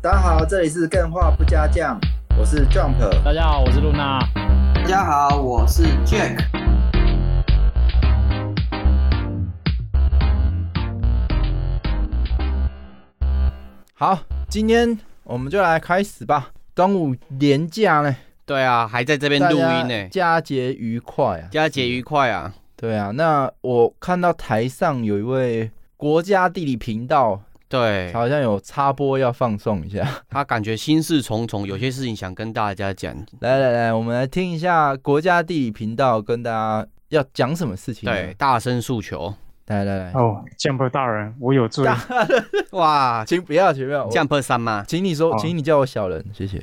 大家好，这里是更画不加酱，我是 Jump。大家好，我是露娜。大家好，我是 Jack。好，今天我们就来开始吧。端午连假呢，对啊，还在这边大录家音呢，佳节愉快啊！佳节愉快啊！对啊，那我看到台上有一位国家地理频道，对好像有插播要放送一下。 他感觉心事重重，有些事情想跟大家讲。来来来，我们来听一下国家地理频道跟大家要讲什么事情。对，，大声诉求，来来来，哦，Jump 大人，我有罪。哇请不要，请不要，我，Jump 三吗？请你说哦，请你叫我小人，谢谢。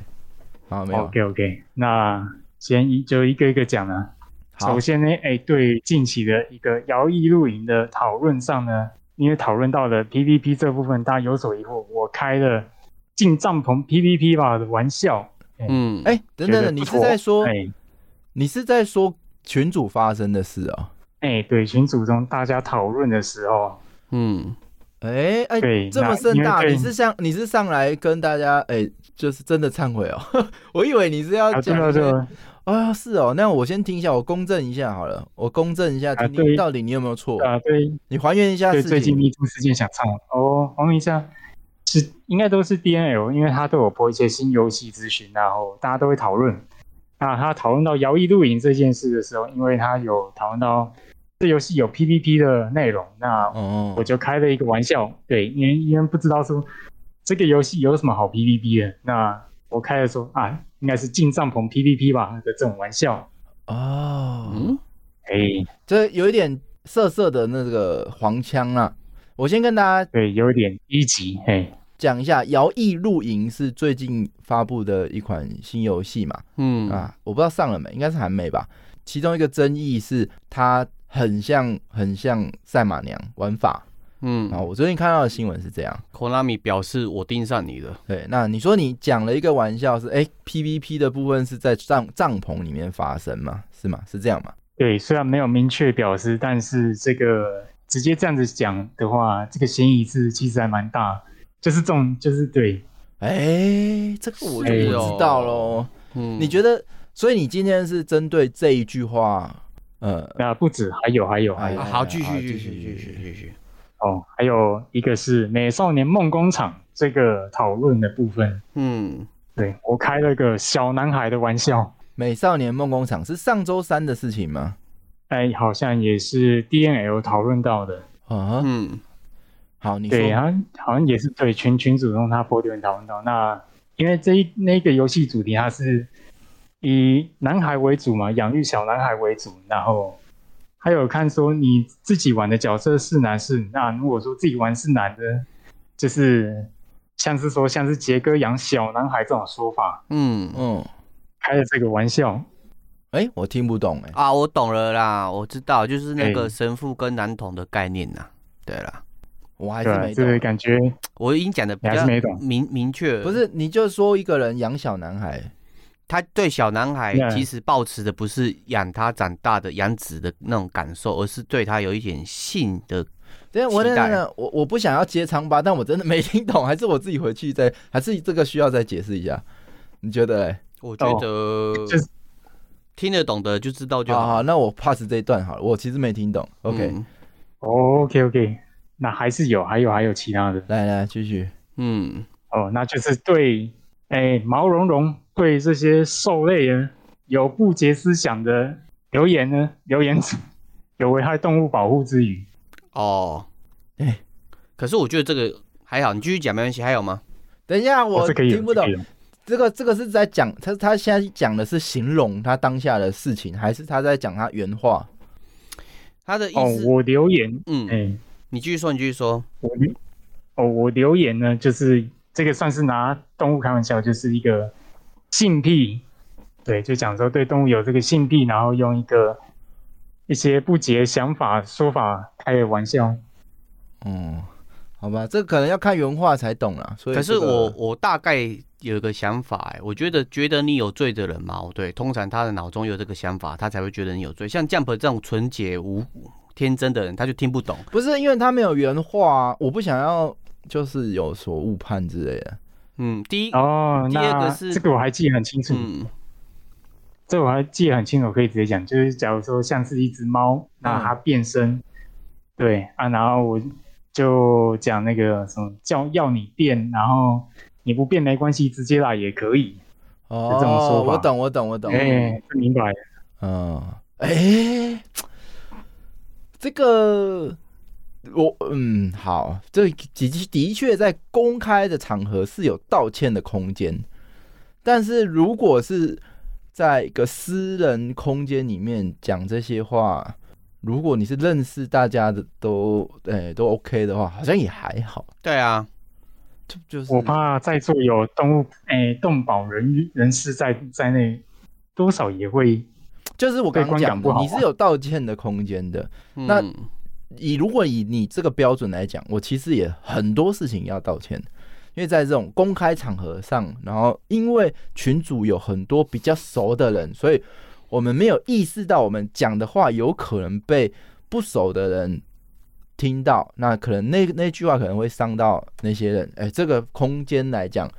好，没哦有， OK OK，那先一就一个一个讲了。好首，先呢，哎，对近期的一个摇曳露营的讨论上呢，因为讨论到了 PVP 这部分，大家有所疑惑，我开了进帐篷 PVP 吧的玩笑。嗯，哎，哎，等等觉得等，不你是错在说，哎你是在说群主发生的事啊？哎，对群组中大家讨论的时候，嗯，哎哎，对这么那盛因为大，对你是上你是上来跟大家哎，就是真的忏悔哦。 我以为你是要啊，对讲了一对些，了，啊是哦，那我先听一下，我公正一下好了，我公正一下，啊听听对到底你有没有错，啊，对你还原一下对事最近情。 Me Too 事件想唱哦，黄明下是应该都是 D N L，因为他都有播一些新游戏资讯，然后大家都会讨论。那他讨论到摇曳露营这件事的时候，因为他有讨论到这游戏有 P V P 的内容，那哦我，就开了一个玩笑，对，因为因为不知道说这个游戏有什么好 P V P 的，那我开了说啊，应该是进帐篷 P V P 吧的这种玩笑，哦，嗯，哎、这有一点涩涩的那个黄腔啊。我先跟大家对，有点低级，嘿、讲一下，《摇曳露营》是最近发布的一款新游戏嘛？嗯，啊，我不知道上了没，应该是还没吧。其中一个争议是它很像很像赛马娘玩法嗯啊。我最近看到的新闻是这样。 ，Konami 表示我盯上你了，对，那你说你讲了一个玩笑是，哎、p v p 的部分是在帐帐篷里面发生吗？是吗？是这样吗？对，虽然没有明确表示，但是这个直接这样子讲的话，这个嫌疑是其实还蛮大，就是这种，就是对，哎、这个我就不是哦知道喽。嗯，你觉得？所以你今天是针对这一句话，呃，那不止，还有还有还有啊？哎好，继好续，继继续，续继继续，续继续，哦，还有一个是美少年梦工厂这个讨论的部分，嗯，对我开了个小男孩的玩笑，美少年梦工厂是上周三的事情吗？哎，好像也是 D N L 讨论到的，啊，嗯，好，你说对，好啊像好像也是对群群主用他波点讨论到，那因为这一那个游戏主题它是以男孩为主嘛，养育小男孩为主，然后还有看说你自己玩的角色是男是女，那如果说自己玩是男的，就是像是说像是杰哥养小男孩这种说法，嗯，嗯，开了这个玩笑，哎、我听不懂、哎。啊，我懂了啦，我知道，就是那个哎神父跟男童的概念呐，对啦，我还对是吧没？这个懂。感觉我已经讲的比你还较是没懂明明确，不是，你就说一个人养小男孩，他对小男孩那其实抱持的不是养他长大的养子的那种感受，而是对他有一点性的。等一下我期等待等等，我我不想要接长 吧，但我真的没听懂，还是我自己回去再， 还是这个需要再解释一下？你觉得嘞？我觉得哦就是听得懂的就知道就好好。好，那我 pass 这一段好了，我其实没听懂。OK，、嗯 OK OK，那还是有还有还有其他的。来来继续。嗯，哦，那就是对，哎，毛茸茸对这些兽类人有不洁思想的留言呢，留言组有危害动物保护之余，哦，哎可是我觉得这个还好，你继续讲没关系。还有吗？等一下，哦我这可以有听不懂这可以。有这个这个是在讲他他现在讲的是形容他当下的事情，还是他在讲他原话？他的意哦，思，我留言，嗯，哎，你继续说，你继续说。我留哦，我留言呢，就是这个算是拿动物开玩笑，就是一个性癖，对，就讲说对动物有这个性癖，然后用一个一些不洁想法说法开个玩笑。嗯，好吧，这可能要看原话才懂啦。所以可是这个我我大概有一个想法，哎，我觉得觉得你有罪的人嘛，哦对，通常他的脑中有这个想法，他才会觉得你有罪。像 Jump 这种纯洁无天真的人，他就听不懂。不是因为他没有原话、啊，我不想要就是有所误判之类的。嗯，第一，哦，第二个那是这个我还记得很清楚，嗯这我还记得很清楚，可以直接讲，就是假如说像是一只猫，那它变身，对啊，然后我就讲那个什么叫要你变，然后你不变没关系，直接来也可以，哦，这种说法我懂，我懂，我懂。哎、这明白了，嗯，哎、这个我嗯好，这的的确在公开的场合是有道歉的空间，但是如果是在一个私人空间里面讲这些话，如果你是认识大家的都哎、都 OK 的话，好像也还好，对啊，就就是我怕在座有动物哎、动保人人士在在内，多少也会就是我刚对刚观感讲不的，好你是啊有道歉的空间的，那嗯以如果以你这个标准来讲，我其实也很多事情要道歉，因为在这种公开场合上，然后因为群主有很多比较熟的人，所以我们没有意识到我们讲的话有可能被不熟的人听到，那可能那那句话可能会伤到那些人。哎，这个空间来讲，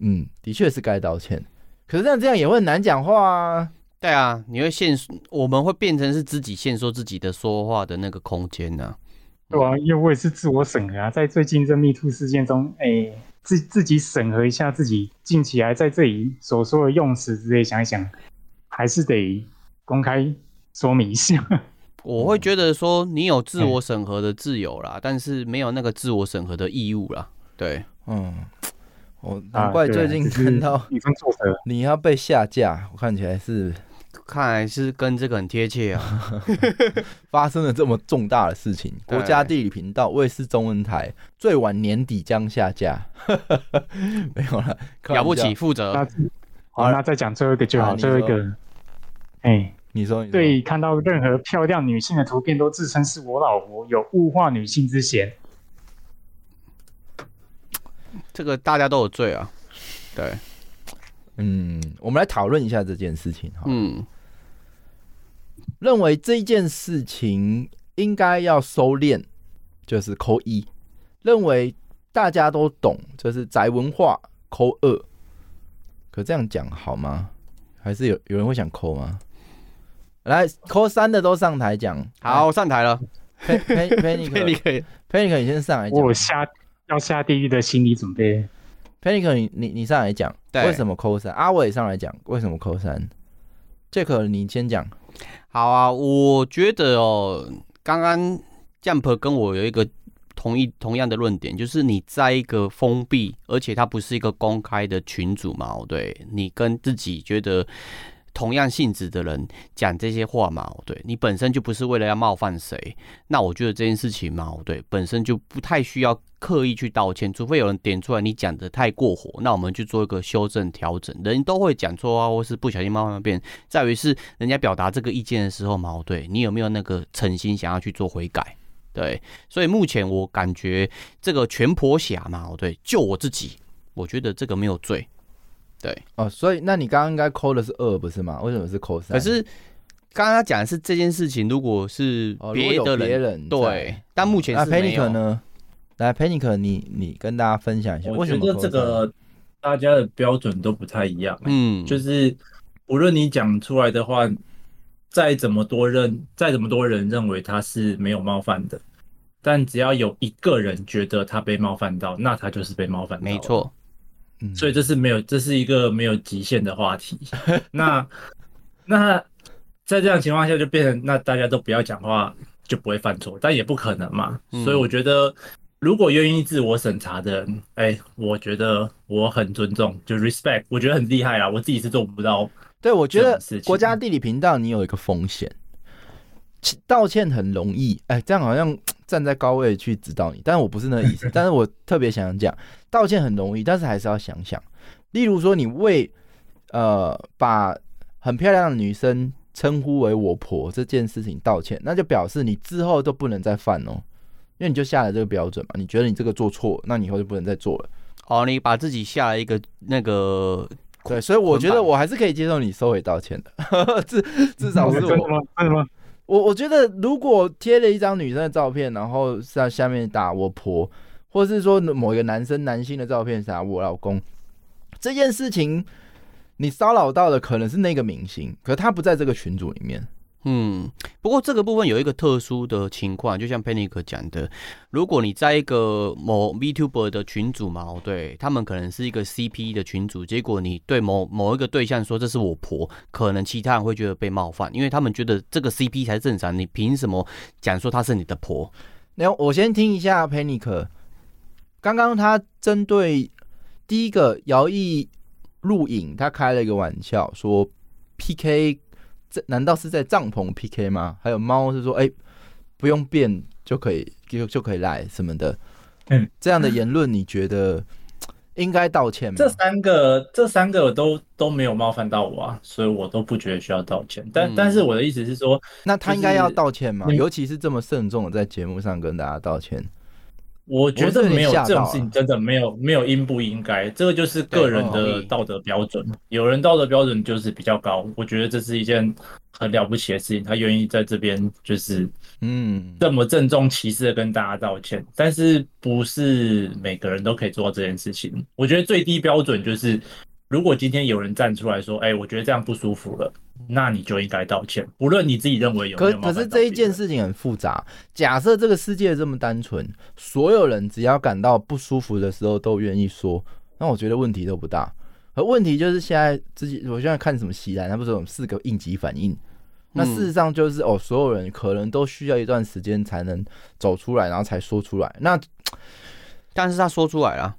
嗯，的确是该道歉。可是这样这样也会很难讲话啊。对啊，你会限，我们会变成是自己限缩自己的说话的那个空间呢、对啊，因为我也是自我审核啊，在最近这 Me Too 事件中，哎、自自己审核一下自己近期来在这里所说的用词之类，想一想，还是得公开说明一下。我嗯会觉得说你有自我审核的自由啦，但是没有那个自我审核的义务啦。对，嗯，我啊难怪对啊最近只是看到。以身作则， 你要被下架，我看起来是看来是跟这个很贴切啊。发生了这么重大的事情。对国家地理频道、卫视中文台最晚年底将下架， 没有了， 开玩笑了不起，。负责。那好，那再讲最后一个就啊好，你最后一说个，哎、你说，你说，对看到任何漂亮女性的图片都自称是我老婆，有物化女性之嫌。这个大家都有罪啊。对，嗯，我们来讨论一下这件事情哈。嗯，认为这件事情应该要收敛，就是扣一；认为大家都懂，就是宅文化，扣二。可这样讲好吗？还是有有人会想扣吗？来，扣三的都上台讲。好，上台了，来，Pan 你 Panic 可以。 Panic，你先上来讲我。有下要下地狱的心理准备， Panic，你你你上来讲，对为什么扣三？阿伟上来讲，为什么扣三？Jack，你先讲。好啊，我觉得哦，刚刚 Jump 跟我有一个同一同样的论点，就是你在一个封闭，而且它不是一个公开的群组嘛，哦对你跟自己觉得同样性质的人讲这些话嘛，哦对你本身就不是为了要冒犯谁，那我觉得这件事情嘛，哦对本身就不太需要刻意去道歉，除非有人点出来你讲的太过火，那我们去做一个修正调整。人都会讲错啊，或是不小心冒犯别人，在于是人家表达这个意见的时候嘛，对你有没有那个诚心想要去做悔改？对，所以目前我感觉这个全婆侠嘛，对，就我自己，我觉得这个没有罪。哦，所以那你刚刚应该扣的是二，不是吗？为什么是扣三？可是刚刚讲的是这件事情，如果是哦，如果别有的别人，人对在，啊但目前那是没 Panic 有。呢？来，Panic，你你跟大家分享一下，我为觉什得么这个大家的标准都不太一样、欸嗯，就是无论你讲出来的话，再怎么多认，再怎么多人认为他是没有冒犯的，但只要有一个人觉得他被冒犯到，那他就是被冒犯到。没，错，嗯所以这是没有，这是一个没有极限的话 题。那那在这样的情况下，就变成那大家都不要讲话，就不会犯错，但也不可能嘛。嗯所以我觉得，如果愿意自我审查的人，哎、我觉得我很尊重，就 respect，我觉得很厉害啦。我自己是做不到，嗯对，我觉这得种事情国家地理频道你有一个风险，其道歉很容易，哎，这样好像站在高位去指导你，但我不是那个意 思，但是我特别想讲，道歉很容易，但是还是要想想，例如说你为呃把很漂亮的女生称呼为我婆这件事情道歉，那就表示你之后都不能再犯哦。因为你就下了这个标准嘛，你觉得你这个做错，那你以后就不能再做了。哦，你把自己下了一个那个，对，所以我觉得捆绑我还是可以接受你收回道歉的， 至至少是真的我吗？真的吗？我我觉得如果贴了一张女生的照片，然后在下面打我婆，或者是说某一个男生男性的照片啥，我老公这件事情，你骚扰到的可能是那个明星，可他不在这个群组里面。嗯，不过这个部分有一个特殊的情况，就像 Panic 讲的，如果你在一个某 VTuber 的群组嘛，哦对他们可能是一个 CP 的群组，结果你对某某一个对象说这是我婆，可能其他人会觉得被冒犯，因为他们觉得这个 CP 才是正常，你凭什么讲说她是你的婆？那我先听一下 Panic，刚刚他针对第一个摇曳录影，他开了一个玩笑，说 PK 这难道是在帐篷 PK 吗？还有猫是说，哎、不用变就可以就就可以来什么的，嗯，这样的言论你觉得应该道歉吗这？三个这三个都都没有冒犯到我啊，所以我都不觉得需要道歉。但、嗯但是我的意思是说，那他应该要道歉吗？就是尤其是这么慎重的在节目上跟大家道歉，我觉得没有我是有点吓到啊这种事情，真的没有没有应不应该，这个就是个人对我同的意道德标准。有人道德标准就是比较高，我觉得这是一件很了不起的事情，他愿意在这边就是嗯，这么郑重其事的跟大家道歉，但是不是每个人都可以做到这件事情。我觉得最低标准就是，如果今天有人站出来说：“哎、我觉得这样不舒服了”，那你就应该道歉，不论你自己认为有没可有冒可犯到是这一别件人事情很复杂。假设这个世界这么单纯，所有人只要感到不舒服的时候都愿意说，那我觉得问题都不大。而问题就是现在自己，我现在看什么席兰，他不是有四个应急反应？那嗯事实上就是哦，所有人可能都需要一段时间才能走出来，然后才说出来。那但是她说出来了，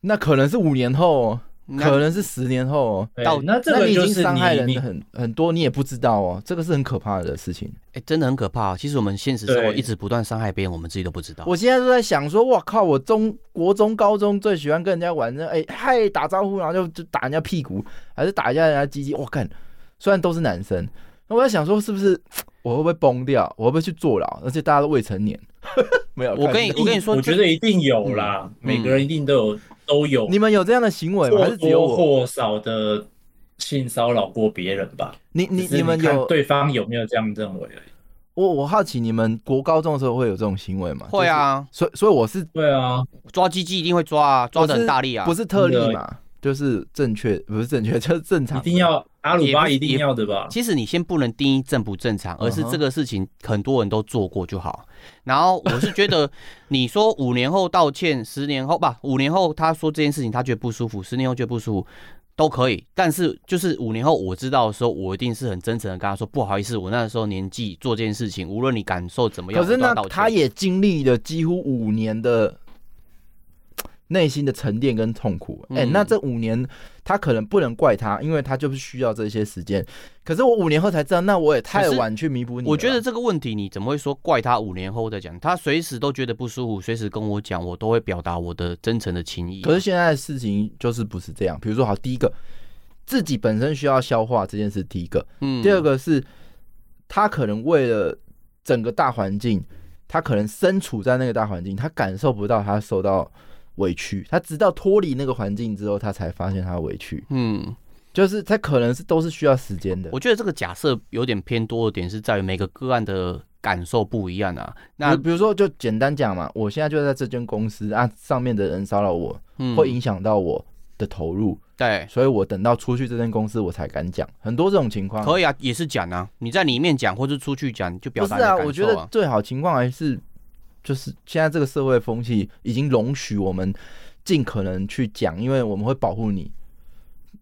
那可能是五年后、哦，那可能是十年后、哦。对到那这那个你已就经是伤害你人你很很多，你也不知道哦，这个是很可怕的事情。哎、真的很可怕、其实我们现实生活对一直不断伤害别人，我们自己都不知道。我现在都在想说，哇靠！我中国中、高中最喜欢跟人家玩那，哎、嗨打招呼，然后就就打人家屁股，还是打一下人家鸡鸡。我干，虽然都是男生，那我在想说，是不是我会不会崩掉？我会不会去坐牢？而且大家都未成年，没有。我看跟你我跟你说，嗯我觉得一定有啦，每个人一定都有都有你们有这样的行为吗？还或是只有多我？或少的性骚扰过别人吧。你你只是你们看有？对方有没有这样认为而已？这我我好奇，你们国高中的时候会有这种行为吗？会啊，就是，所以所以我是对啊，抓鸡鸡一定会抓啊，抓的很大力啊，不是特例真嘛？就是正确，不是正确，啊就是正常一的。定要阿鲁巴也一不定要的吧？其实你先不能定义正不正常，而是嗯哼这个事情很多人都做过就好。然后我是 觉得，你说五年后道歉，十年后吧，五年后他说这件事情他觉得不舒服，十年后觉得不舒服都可以。但是就是五年后我知道的时候，我一定是很真诚的跟他说，不好意思，我那时候年纪做这件事情，无论你感受怎么样，可是我那都要道歉他也经历了几乎五年的内心的沉淀跟痛苦。哎、嗯那这五年他可能不能怪他，因为他就是需要这些时间。可是我五年后才知道，那我也太可是晚去弥补你了吧。我觉得这个问题你怎么会说怪他五年后再讲？他随时都觉得不舒服，随时跟我讲，我都会表达我的真诚的情啊意。可是现在的事情就是不是这样。比如说，好，第一个自己本身需要消化这件事，第一个；嗯第二个是他可能为了整个大环境，他可能身处在那个大环境，他感受不到他受到委屈，他直到脱离那个环境之后，他才发现他的委屈，嗯，就是他可能是都是需要时间的。我觉得这个假设有点偏多的点是在于每个个案的感受不一样啊。那那比如说，就简单讲嘛，我现在就在这间公司啊，上面的人骚扰我，嗯会影响到我的投入，对，所以我等到出去这间公司我才敢讲，很多这种情况。可以啊，也是讲啊，你在里面讲或是出去讲，就表不达是你的啊，感受我觉得最好情况还是就是现在这个社会风气已经容许我们尽可能去讲，因为我们会保护你，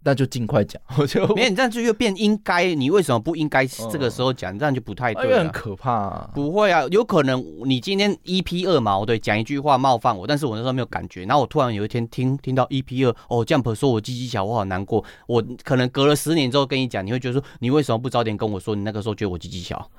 那就尽快讲。 我就没有，你这样就又变应该，你为什么不应该嗯这个时候讲？这样就不太因对为了、很可怕、啊。不会啊，有可能你今天 EP 二嘛，我对讲一句话冒犯我，但是我那时候没有感觉，然后我突然有一天听听到 EP 二，哦，Jump 说我鸡鸡小，我好难过。我可能隔了十年之后跟你讲，你会觉得说你为什么不早点跟我说？你那个时候觉得我鸡鸡小，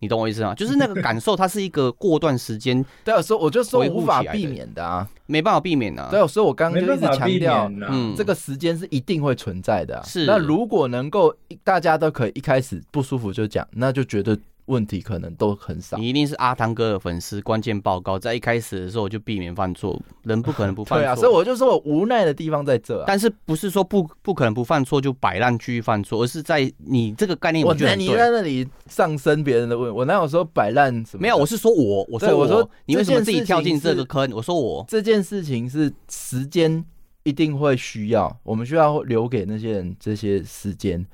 你懂我意思吗？就是那个感受，它是一个过段时间对啊，所以我就说维护无法起来的避免的啊。没办法避免的、啊。对啊，所以我刚刚没就一办直法强避调，免啦。啊嗯这个时间是一定会存在的啊、是那如果能够大家都可以一开始不舒服就讲，那就觉得问题可能都很少。你一定是阿汤哥的粉丝，关键报告在一开始的时候就避免犯错，人不可能不犯对错。啊，所以我就说我无奈的地方在这、啊。但是不是说不不可能不犯错就摆烂继续犯错，而是在你这个概念我觉得在很你在对。那里上升别人的问，我哪有说摆烂什么的？没有，我是说我，我对说我说你为什么自己这件事情跳进这是个坑？我说我，这件事情是时间一定会需要，我们需要留给那些人这些时间。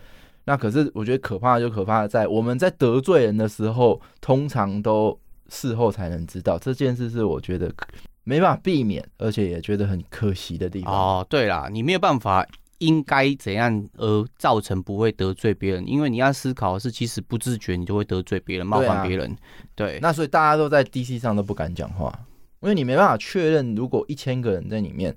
那可是我觉得可怕的就可怕的在我们在得罪人的时候，通常都事后才能知道这件事是我觉得可没办法避免，而且也觉得很可惜的地方。哦，对啦，你没有办法应该怎样而造成不会得罪别人，因为你要思考的是，其实不自觉你就会得罪别人，冒对啊犯别人。对，那所以大家都在 DC 上都不敢讲话，因为你没办法确认，如果一千个人在里面，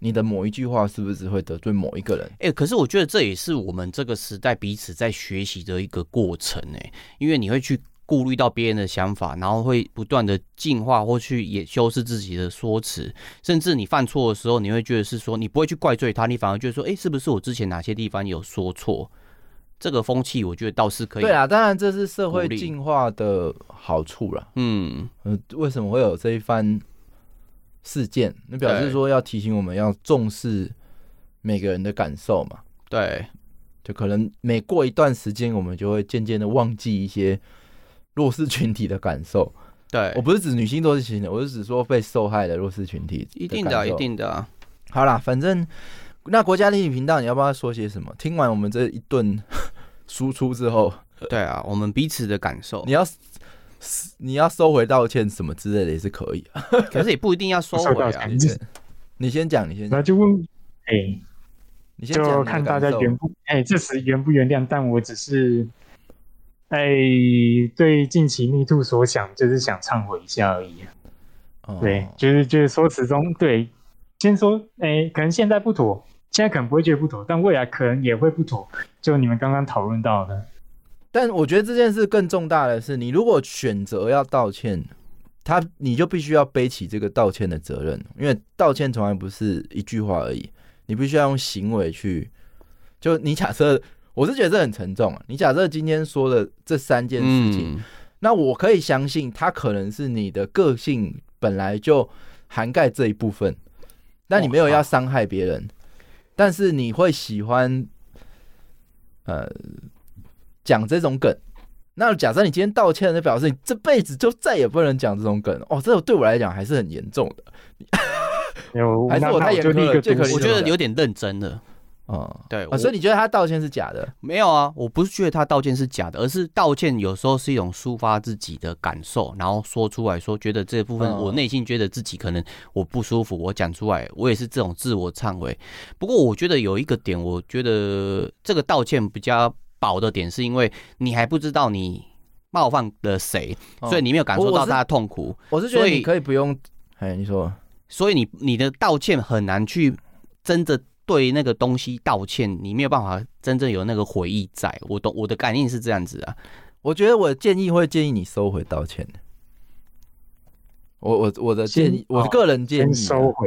你的某一句话是不是会得罪某一个人？哎、可是我觉得这也是我们这个时代彼此在学习的一个过程哎、因为你会去顾虑到别人的想法，然后会不断的进化或去也修饰自己的说辞，甚至你犯错的时候，你会觉得是说你不会去怪罪他，你反而觉得说，哎、是不是我之前哪些地方有说错？这个风气我觉得倒是可以。对，啊，当然这是社鼓会励进化的好处啦。嗯，呃，为什么会有这一番事件？那表示对说要提醒我们要重视每个人的感受嘛。对，就可能每过一段时间，我们就会渐渐的忘记一些弱势群体的感受。对我，不是指女性弱势群体，我是指说被受害的弱势群体。一定的啊，一。定的啊。好啦，反正那国家地理频道，你要不要说些什么？听完我们这一顿 输出之后，对啊，我们彼此的感受你，要你要收回道歉什么之类的也是可以、啊。可是也不一定 要收受回到啊。限制，你先讲，你先然讲后，就问，哎、你先讲就你的看大感家受原不哎、这时原不原谅，但我只是哎、对近期 Me Too 所想，就是想忏悔一下而已啊、哦对，就是就是说辞中，对，先说哎、可能现在不妥，现在可能不会觉得不妥，但未来可能也会不妥。就你们刚刚讨论到的，但我觉得这件事更重大的是，你如果选择要道歉，他你就必须要背起这个道歉的责任，因为道歉从来不是一句话而已，你必须要用行为去。就你假设，我是觉得这很沉重啊。你假设今天说的这三件事情，嗯，那我可以相信它可能是你的个性本来就涵盖这一部分，但你没有要伤害别人，但是你会喜欢呃讲这种梗。那假设你今天道歉，就表示你这辈子就再也不能讲这种梗哦。这对我来讲还是很严重的有还是我太严就苛了立个这毒可能誓我觉得的有点认真了。哦。对，啊，我所以你觉得他道歉是假的？没有啊，我不是觉得他道歉是假的，而是道歉有时候是一种抒发自己的感受，然后说出来说，觉得这部分嗯我内心觉得自己可能我不舒服，我讲出来，我也是这种自我忏悔。不过我觉得有一个点，我觉得这个道歉比较薄的点，是因为你还不知道你冒犯了谁，哦所以你没有感受我我到是他的痛苦，我是觉得所以你可以不用。哎，你说所以你你的道歉很难去真的对那个东西道歉，你没有办法真正有那个回忆在。我懂我的概念是这样子啊，我觉得我建议会建议你收回道歉。我我我的建议先，我哦个人建议、先啊，收回。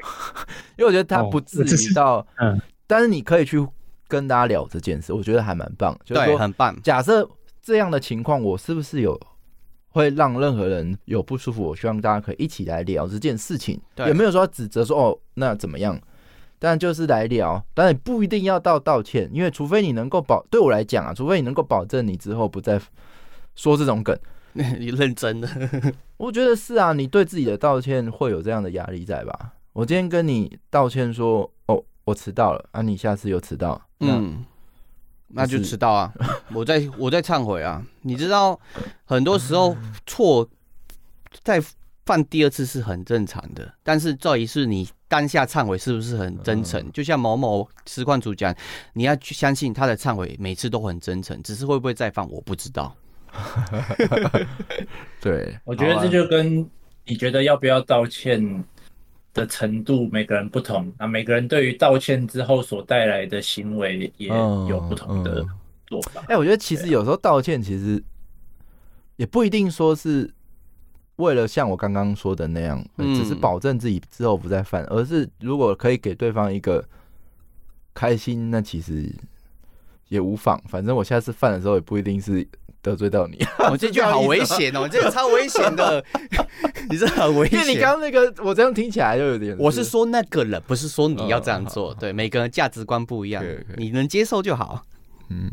因为我觉得他哦不至这于是到，嗯但是你可以去跟大家聊这件事，我觉得还蛮棒。就是对，说，很 棒。假设这样的情况，我是不是有会让任何人有不舒服？我希望大家可以一起来聊这件事情，对也没有说指责说哦那怎么样，但就是来聊，但也不一定要到道歉，因为除非你能够保，对我来讲啊，除非你能够保证你之后不再说这种梗。你认真的，我觉得是啊，你对自己的道歉会有这样的压力在吧？我今天跟你道歉说，哦，我迟到了啊，你下次又迟到，嗯，嗯，那就就是迟到 啊！我在我在忏悔啊！你知道，很多时候错再犯第二次是很正常的，但是这一次你当下忏悔是不是很真诚？嗯就像某某实况主讲，你要去相信他的忏悔每次都很真诚，只是会不会再犯我不 知道。对，我觉得啊这就跟你觉得要不要道歉的程度，每个人不同啊，每个人对于道歉之后所带来的行为也嗯有不同的做法哎、。我觉得其实有时候道歉其实也不一定说是为了像我刚刚说的那样，呃嗯只是保证自己之后不再犯，而是如果可以给对方一个开心，那其实也无妨。反正我下次犯的时候也不一定是得罪到你，我哦这句好危险哦，你这个超危险的，你这很危 因险。啊为你刚刚那个我这样听起来就有点，我是说那个人，不是说你要这样哦好做。好对，每个人价值观不一样可以可以，你能接受就好。嗯，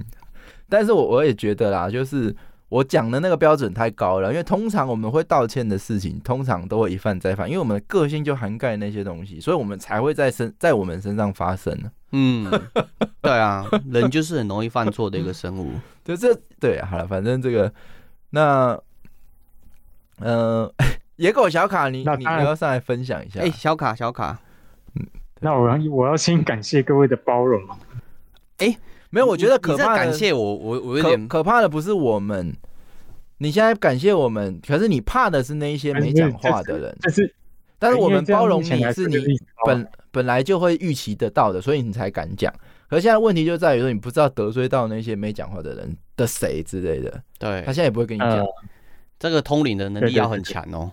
但是我我也觉得啦，就是我讲的那个标准太高了，因为通常我们会道歉的事情，通常都会一犯再犯，因为我们的个性就涵盖那些东西，所以我们才会在身在我们身上发生呢。 嗯，对啊，人就是很容易犯错的一个生 物。对，这对啊好了，反正这个那，呃， 野狗小卡，你那你当然要上来分享一下，哎，小卡，小卡，那我要我要先感谢各位的包容嘛，没有，我觉得你可你在怕的感谢我，我我有可点可怕的不是我们。你现在感谢我们，可是你怕的是那一些没讲话的人。但是但是我们包容哎你因为这样目前来是说就是你一直包容本本来就会预期得到的，所以你才敢讲。可是现在问题就在于说，你不知道得罪到那些没讲话的人的谁之类的，对他现在也不会跟你讲。呃这个通灵的能对力对要对很对强哦。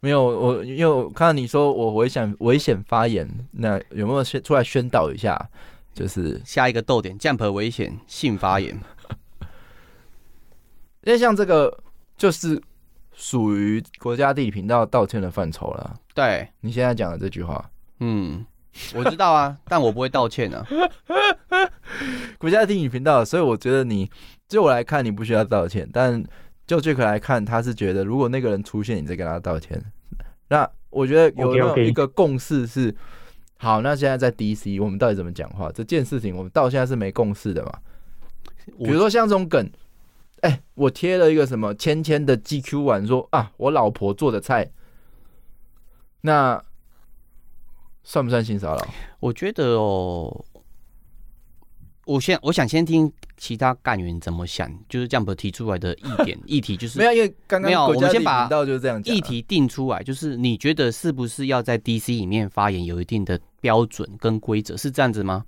没有，我因为我看到你说我危险危险发言，那有没有宣出来宣导一下？就是下一个逗点，jump 危险，性发言。因为像这个就是属于国家地理频道道歉的范畴了。对，你现在讲的这句话，嗯，我知道 啊，但我不会道歉啊。国家地理频道，所以我觉得你就我来看，你不需要道歉。但就 Jack 来看，他是觉得如果那个人出现，你再跟他道歉。那我觉得有没 OK，OK 有一个共识是好，那现在在 DC，我们到底怎么讲话？这件事情我们到现在是没共识的嘛？我比如说像这种梗，哎、我贴了一个什么芊芊的 GQ 碗说啊，我老婆做的菜，那算不算性骚扰？我觉得哦，我先我想先听其他干员怎么想，就是这样不提出来的一 点议题，就是没有，因为刚没有刚国我家地们先理把频道就是这样讲啊议题定出来，就是你觉得是不是要在 DC 里面发言有一定的标准跟规则，是这样子吗？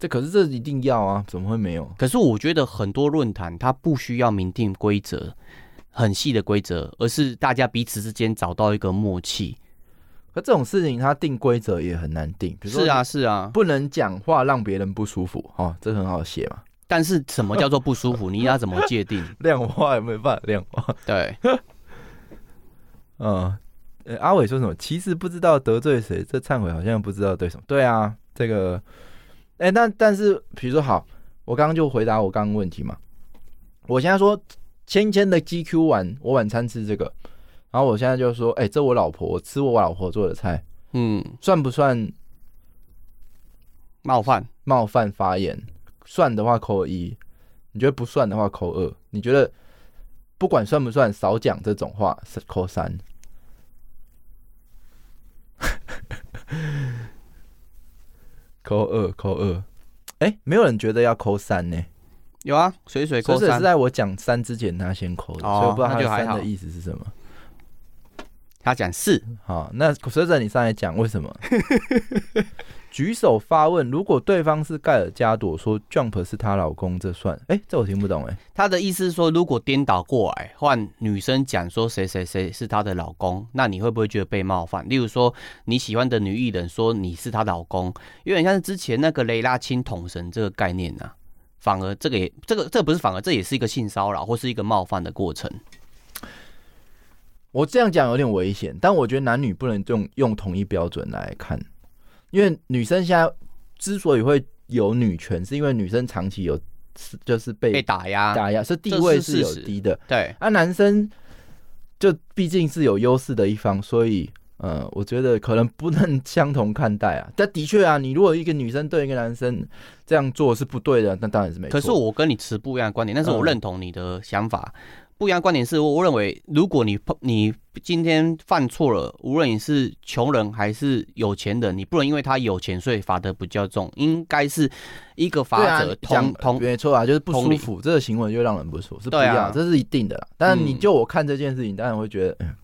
这可是这一定要啊，怎么会没有？可是我觉得很多论坛它不需要明定规则，很细的规则，而是大家彼此之间找到一个默契。可这种事情它定规则也很难定，比如说是啊，，是 啊，不能讲话让别人不舒服，哦，这很好写嘛，但是什么叫做不舒服？你要怎么界定？量化也没办法量化。对，嗯，呃阿伟说什么？其实不知道得罪谁，这忏悔好像不知道对什么。对啊，这个，哎、那但是比如说好，我刚刚就回答我刚刚问题嘛，我现在说芊芊的 GQ 晚我晚餐吃这个，然后我现在就说，哎、这我老婆，我吃我老婆做的菜，嗯，算不算冒犯。冒犯发言，算的话扣一，你觉得不算的话扣二，你觉得不管算不算，少讲这种话是扣三。 扣二，扣二，哎、没有人觉得要扣三呢、有啊，水水所以扣这三是，在我讲三之前他先扣的，哦所以我不知道他那的就还三好的意思是什么。他讲是，好，那随着你上来讲为什 么？举手发问，如果对方是盖尔加朵说 Jump 是她老公，这算？哎、这我听不懂哎、他的意思是说，如果颠倒过来，换女生讲说谁谁谁是她的老公，那你会不会觉得被冒犯？例如说，你喜欢的女艺人说你是她老公，有点像是之前那个雷拉亲统神这个概念啊。反而这个也这个这不是反而这也是一个性骚扰或是一个冒犯的过程。我这样讲有点危险，但我觉得男女不能用用同一标准来看，因为女生现在之所以会有女权，是因为女生长期有是就是被被打压，打压，是地位这是是事有实低的。对，啊，男生就毕竟是有优势的一方，所以呃，我觉得可能不能 相同看待啊。但的确啊，你如果一个女生对一个男生这样做是不对啊的，那当然是没错。可是我跟你持不一样的观点，但是我嗯认同你的想法。不一样的观点是，我认为如果你碰你今天犯错了，无论你是穷人还是有钱人，你不能因为他有钱所以罚的比较重，应该是一个对啊法则同讲同没错啊，就是不舒同理服，这个行为就让人不舒服，是不一对啊样，这是一定的啦。但是你嗯就我看这件事情，当然会觉得，嗯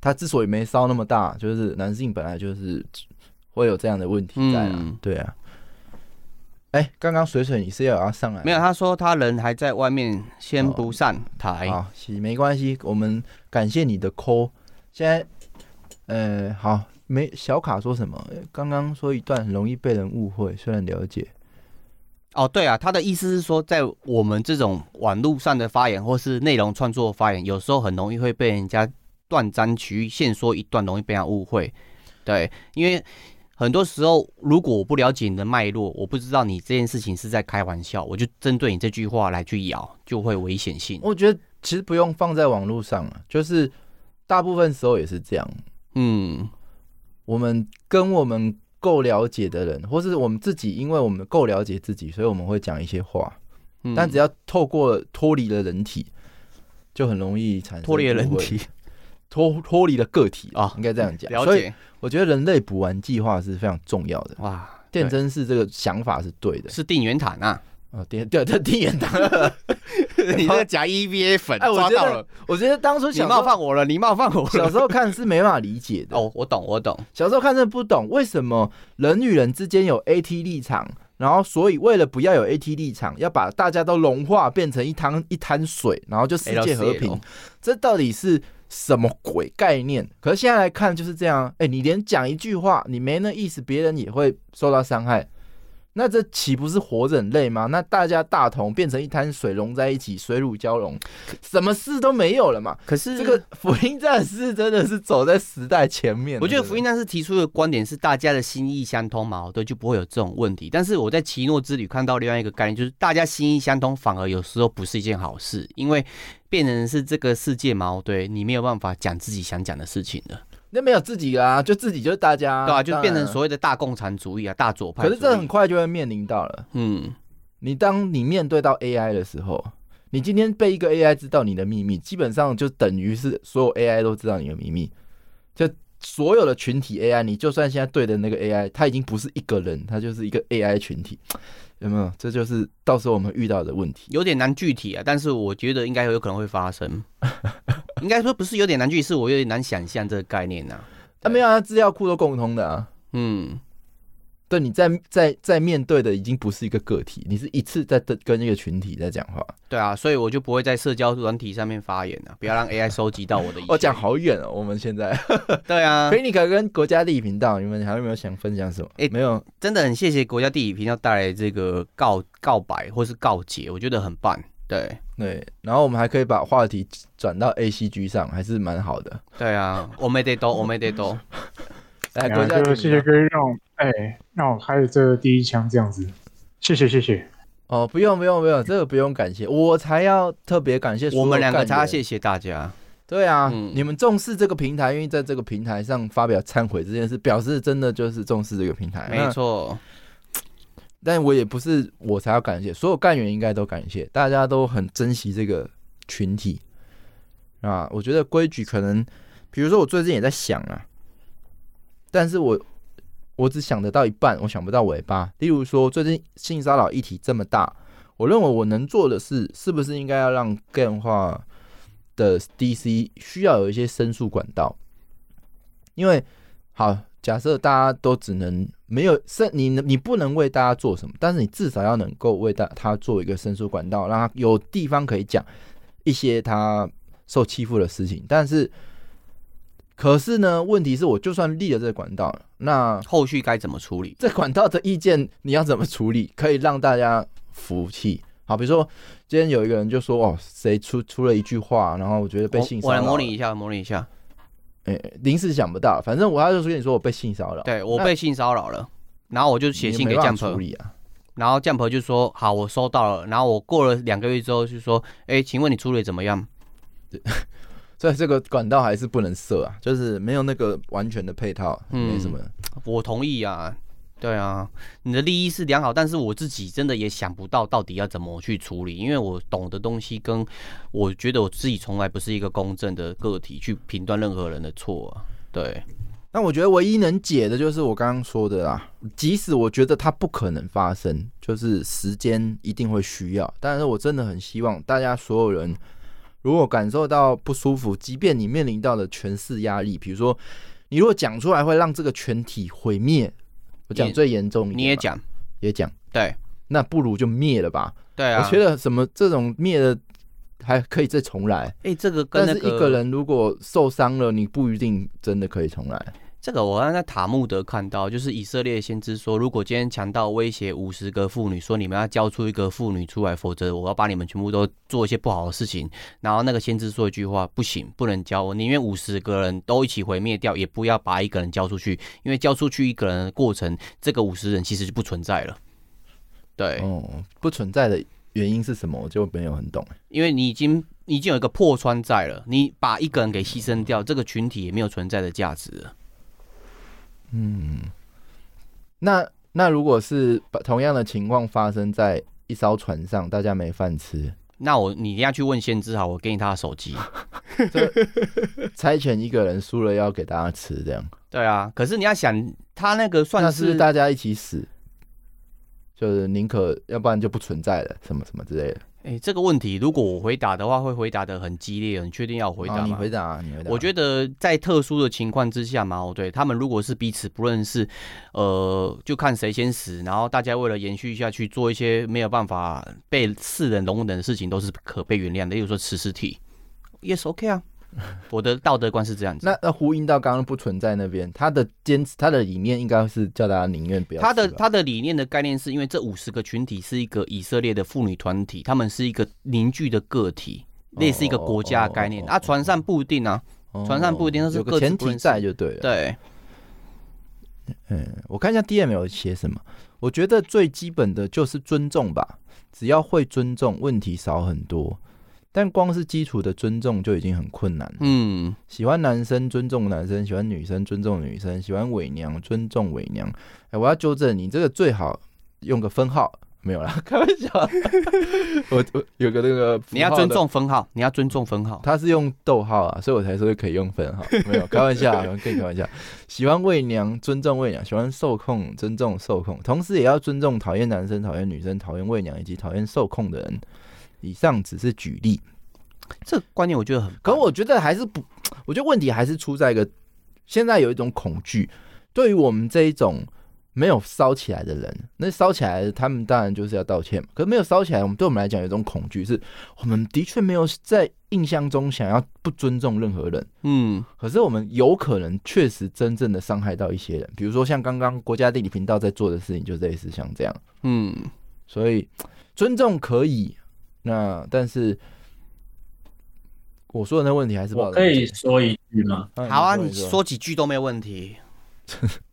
他之所以没烧那么大，就是男性本来就是会有这样的问题在啊，嗯对啊。哎、刚刚水水你是要要上来吗？没有。他说他人还在外面，哦先不上台。好，行，没关系，我们感谢你的 call。现在，呃，好，没小卡说什么？呃刚刚说一段很容易被人误会，虽然了解。哦，对啊，他的意思是说，在我们这种网络上的发言或是内容创作发言，有时候很容易会被人家断章取义、现说一段，容易被人家误会。对，因为很多时候，如果我不了解你的脉络，我不知道你这件事情是在开玩笑，我就针对你这句话来去咬，就会危险性。我觉得其实不用放在网络上啊，就是大部分时候也是这样。嗯，我们跟我们够了解的人，或是我们自己，因为我们够了解自己，所以我们会讲一些话。嗯但只要透过脱离了人体，就很容易产生脱离了人误会体，脱脱离了个体啊啊，应该这样讲。了所以解我觉得人类补完计划是非常重要的。哇，对电真是这个想法是对的是定元坦啊，啊，电对对电眼堂， 你这个假 EVA 粉哎，我抓觉到得了， 我觉得当初你小时冒候犯我了，你冒犯我了。小时候看是没办法理解的哦，我懂，我懂。小时候看真的不懂为什么人与人之间有 AT 立场，然后所以为了不要有 AT 立场，要把大家都融化变成一滩一滩水，然后就世界和 LCL 平，这到底是什么鬼概念？可是现在来看就是这样啊，哎、你连讲一句话，你没那意思，别人也会受到伤害。那这岂不是活着很累吗？那大家大同变成一滩水融在一起，水乳交融，什么事都没有了嘛？可是这个福音战士真的是走在时代前面的。我觉得对不对福音战士提出的观点是大家的心意相通嘛，哦对，就不会有这种问题。但是我在奇诺之旅看到另外一个概念，就是大家心意相通，反而有时候不是一件好事，因为变成是这个世界嘛，哦对你没有办法讲自己想讲的事情的，那没有自己啦，就自己就是大家，对吧、啊就变成所谓。谓的大共产主义啊，大左派啊可主义。是这很快就会面临到了。嗯，你当你面对到 AI 的时候，你今天被一个 AI 知道你的秘密，基本上就等于是所有 AI 都知道你的秘密。就所有的群体 AI，你就算现在对的那个 AI，它已经不是一个人，它就是一个 AI 群体，有没有？这就是到时候我们遇到的问题。有点难具体啊，但是我觉得应该有可能会 发生。应该说不是有点难具体，是我有点难想象这个概念呐、啊。啊，没有啊，资料库都共通的啊。嗯，对，你在在在面对的已经不是一个个体，你是一次在跟跟一个群体在讲话。对啊，所以我就不会在社交软体上面发言啊了、不要让 AI 收集到我的意 见。我讲好远哦，我们现在 对啊，菲尼克跟国家地理频道，你们还有没有想分享什么？诶没有，真的很谢谢国家地理频道带来这个告告白或是告解，我觉得很棒。对对。然后我们还可以把话题转到 A C G 上，还是蛮好的。对啊，我没 得多，我没得多。来，哎呀国家就地谢理啊谢频各位让我哎、让我开了这第一枪这样子，谢谢谢谢。道哦，不用不用不用，这个不用感谢，我才要特别感谢我们两个才他要谢。谢大家。对啊，嗯你们重视这个平台，愿意在这个平台上发表忏悔这件事，表示真的就是重视这个平台。没错，那，但我也不是我才要感谢，所有干员应该都感谢，大家都很珍惜这个群体啊。我觉得规矩可能，比如说我最近也在想啊，但是我我只想得到一半，我想不到尾巴。例如说，最近性骚扰议题这么大，我认为我能做的事，是不是应该要让更化的 DC 需要有一些申诉管道？因为好，假设大家都只能没有申，你你不能为大家做什么，但是你至少要能够为大他做一个申诉管道，让他有地方可以讲一些他受欺负的事情。但是，可是呢，问题是我就算立了这个管道，那后续该怎么处理？这管道的意见你要怎么处理，可以让大家服气？好，比如说今天有一个人就说哦，谁出出了一句话，然后我觉得被我性骚我扰来了，模拟一下，模拟一下。哎，临时想不到，反正我要就是跟你说我被性骚扰，对我那被性骚扰了，然后我就写你信没给办酱法处婆，理啊。然后酱婆就说好，我收到了。然后我过了两个月之后就说，哎，请问你处理怎么样？所以这个管道还是不能设啊，就是没有那个完全的配套，嗯没什么。我同意啊，对啊，你的利益是良好，但是我自己真的也想不到到底要怎么去处理，因为我懂的东西跟我觉得我自己从来不是一个公正的个体去评断任何人的错啊。对，那我觉得唯一能解的就是我刚刚说的啦，即使我觉得它不可能发生，就是时间一定会需要，但是我真的很希望大家所有人，如果感受到不舒服，即便你面临到的权势压力，比如说你如果讲出来会让这个全体毁灭，我讲你最严重一点吧，你也讲，也讲，对，那不如就灭了吧。对啊，我觉得什么这种灭的还可以再重来，哎、这个跟但那是一个人如果受伤了，你不一定真的可以重来。这个我好像在塔木德看到，就是以色列先知说，如果今天强盗威胁五十个妇女，说你们要交出一个妇女出来，否则我要把你们全部都做一些不好的事情。然后那个先知说一句话，不行，不能交，我宁愿五十个人都一起毁灭掉，也不要把一个人交出去，因为交出去一个人的过程，这个五十人其实就不存在了。对，哦，不存在的原因是什么？我就没有很懂。因为你已经你已经有一个破穿在了，你把一个人给牺牲掉，这个群体也没有存在的价值了。那那如果是把同样的情况发生在一艘船上，大家没饭 吃，那我你等一下去问先知好，我给你他的手机。差遣一个人输了要给大家吃，这样对啊，可是你要想，他那个那算是不是是大家一起死，就是宁可要不然就不存在了，什么什么之类的。哎、这个问题，如果我回答的话，会回答的很激烈。你确定要我回答啊你吗？回答啊、你回答啊。我觉得在特殊的情况之下嘛，哦，对他们如果是彼此不认识，呃，就看谁先死，然后大家为了延续下去，做一些没有办法被世人容忍的事情，都是可被原谅的。例如说吃尸体，yes OK 啊，我的道德观是这样 子。那那呼应到刚刚不存在那边，他的坚持，他的理念应该是叫大家宁愿不要死吧。他的他的理念的概念是因为这五十个群体是一个以色列的妇女团体，他们是一个凝聚的个体，哦类似一个国家的概念哦哦哦啊。船上不一定啊，哦船上不一定都是有个各自前不提认识在就对了。对，嗯，我看一下 D M 有写什么。我觉得最基本的就是尊重吧，只要会尊重，问题少很多。但光是基础的尊重就已经很困难了。嗯，喜欢男生尊重男生，喜欢女生尊重女生，喜欢伪娘尊重伪娘。哎、我要纠正你，这个最好用个分号，没有啦，开玩 笑。我我有个那个，你要尊，重分号，你要尊重分号。他是用逗号啊，所以我才说可以用分号，没有开玩笑啊，跟你开玩笑。喜欢伪娘尊重伪娘，喜欢受控尊重受控，同时也要尊重讨厌男生、讨厌女生、讨厌伪娘以及讨厌受控的人。以上只是举例，这个观念我觉得很棒，可我觉得还是不，我觉得问题还是出在一个现在有一种恐惧，对于我们这一种没有烧起来的人，那烧起来的他们当然就是要道歉嘛。可是没有烧起来，我们对我们来讲有一种恐惧，是我们的确没有在印象中想要不尊重任何人，嗯，可是我们有可能确实真正的伤害到一些人，比如说像刚刚国家地理频道在做的事情，就类似像这样。嗯所以尊重可以，那但是我说的那问题还是不我好可以解说一句吗？嗯好啊，你你说几句都没有 问题，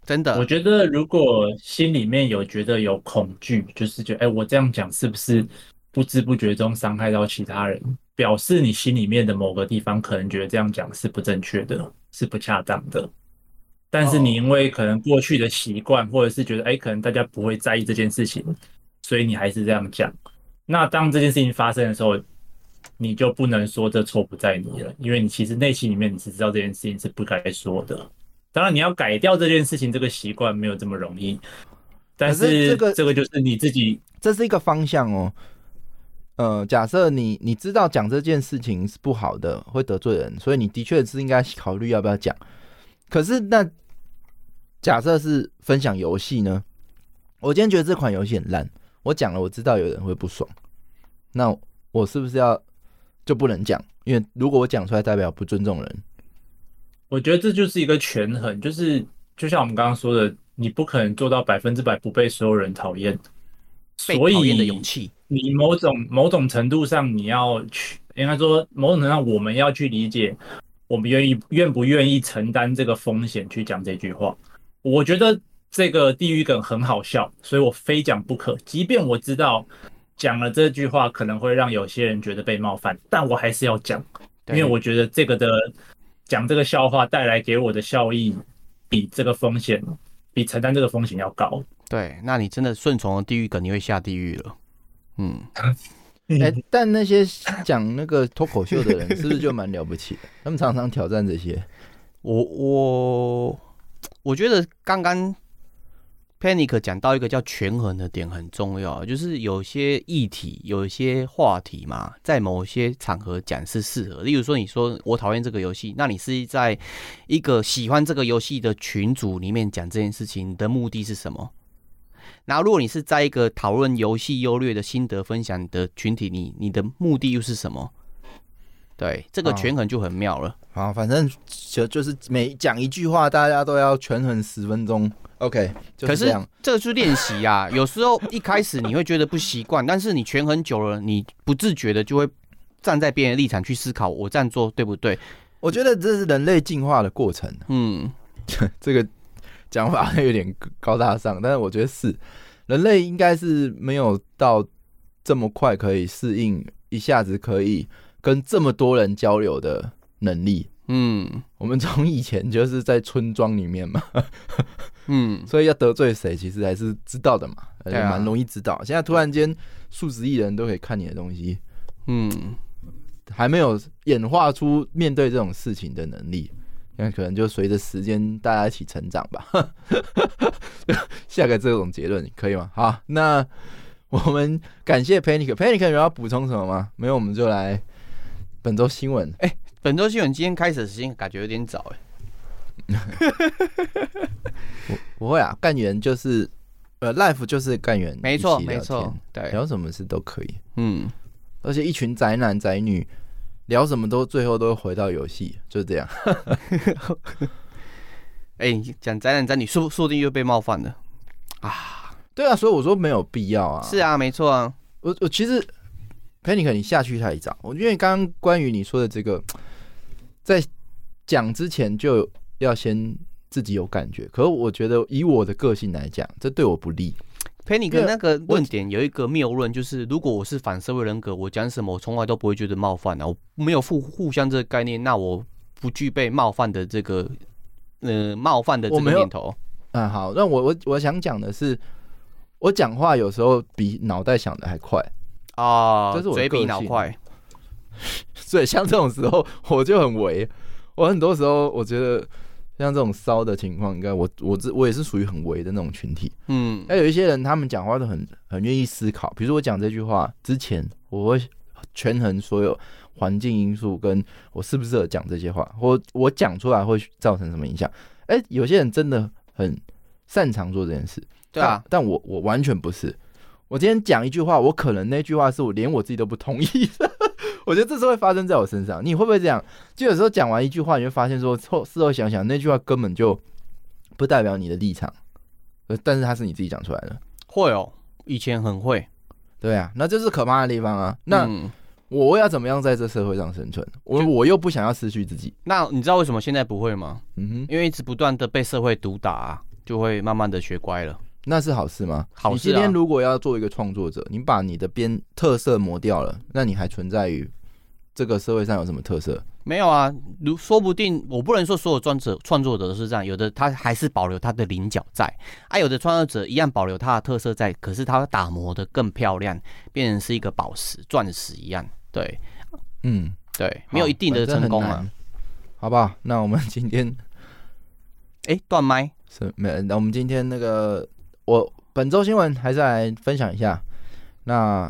真我的。觉得如果心里面有觉得有恐惧，就是觉得哎、我这样讲是不是不知不觉中伤害到其他人？表示你心里面的某个地方可能觉得这样讲是不正确的，是不恰当的。但是你哦因为可能过去的习惯，或者是觉得哎、可能大家不会在意这件事情，所以你还是这样讲。那当这件事情发生的时候，你就不能说这错不在你了，因为你其实内心里面你是知道这件事情是不该说的。当然，你要改掉这件事情这个习惯没有这么容易，但可是这个这个就是你自己这是一个方向哦。呃，假设你你知道讲这件事情是不好的，会得罪人，所以你的确是应该考虑要不要讲。可是那假设是分享游戏呢？我今天觉得这款游戏很烂，我讲了，我知道有人会不爽，那我是不是要就不能讲？因为如果我讲出来，代表不尊重人。我觉得这就是一个权衡，就是就像我们刚刚说的，你不可能做到百分之百不被所有人讨厌，被所讨厌的以勇气，你某种某种程度上你要去，应该说某种程度上我们要去理解，我们愿意愿不愿意承担这个风险去讲这句话。我觉得这个地狱梗很好笑，所以我非讲不可，即便我知道。讲了这句话可能会让有些人觉得被冒犯，但我还是要讲，因为对我觉得这个的讲这个笑话带来给我的效益，比这个风险，比承担这个风险要高。对，那你真的顺从了地狱梗，你会下地狱了。嗯，哎、但那些讲那个脱口秀的人，是不是就蛮了不起的？他们常常挑战这些。我我我觉得刚刚 Panic 讲到一个叫权衡的点很重要，就是有些议题、有一些话题嘛，在某些场合讲是适合。例如说，你说我讨厌这个游戏，那你是在一个喜欢这个游戏的群组里面讲这件事情，你的目的是什么？然后，如果你是在一个讨论游戏优劣的心得分享的群体，你你的目的又是什么？对，这个哦权衡就很妙了。好，反正就就是每讲一句话，大家都要权衡十分钟。OK，就可这是样。这个就是练习 呀，有时候一开始你会觉得不习惯，但是你权衡久了，你不自觉的就会站在别人的立场去思考，我这样做对不对？我觉得这是人类进化的过程。 嗯，这个讲法有点高大上，但是我觉得是人类应该是没有到这么快可以适应，一下子可以跟这么多人交流的能力。嗯我们从以前就是在村庄里面嘛， 嗯，所以要得罪谁，其实还是知道的嘛，而且对啊蛮容易知道。现在突然间数十亿人都可以看你的东西，嗯，还没有演化出面对这种事情的能力。那可能就随着时间大家一起成长吧。 下个这种结论可以吗？好，那我们感谢 Panic。Panic 有要补充什么吗？没有，我们就来本周新闻。本周新闻今天开始的时间感觉有点早哎，不会啊，干员就是呃，Life 就是干员一起聊没天，错没错，对，聊什么事都可以。嗯，而且一群宅男宅女聊什么都最后都会回到游戏，就这样。哎，讲宅男宅女，说不说不定又被冒犯了。对啊，所以我说没有必要啊。是啊，没错啊，我我其实 Panic 你下去太早，我因为刚刚关于你说的这个，在讲之前就要先自己有感觉。可是我觉得以我的个性来讲，这对我不利。佩妮因哥为那个论点有一个谬论，就是如果我是反社会人格，我讲什么我从来都不会觉得冒犯啊，我没有互互相这个概念，那我不具备冒犯的这个呃冒犯的这我没个有念头。嗯，好，那我我我想讲的是，我讲话有时候比脑袋想的还快， 啊，这是我的嘴个比性脑快，所以像这种时候我就很违。我很多时候我觉得像这种骚的情况，应该我我这我也是属于很违的那种群体。嗯，那有一些人，他们讲话都很很愿意思考。比如说我讲这句话之前，我会权衡所有环境因素，跟我适不适合讲这些话，或我讲出来会造成什么影响。哎、有些人真的很擅长做这件事，对啊，但，但我我完全不是。我今天讲一句话，我可能那句话是我连我自己都不同意的。 我觉得这是会发生在我身上。你会不会这样？就有时候讲完一句话，你会发现说，后事后想想，那句话根本就不代表你的立场，呃但是它是你自己讲出来的。会哦，以前很会。对啊，那这是可怕的地方啊。那嗯我要怎么样在这社会上生存？我就我又不想要失去自己。那你知道为什么现在不会吗？嗯哼，因为一直不断的被社会毒打啊、就会慢慢的学乖了。那是好事吗？好事啊你今天如果要做一个创作者，你把你的边特色磨掉了，那你还存在于这个社会上有什么特色？没有啊，如说不定我不能说所有创作创作者都是这样，有的他还是保留他的棱角在，啊，有的创作者一样保留他的特色在，可是他打磨的更漂亮，变成是一个宝石、钻石一样。对嗯，对，好没有一定的成功，反正很啊难。好不好？那我们今天哎，断麦，是没，那我们今天那个我本周新闻还是来分享一下。那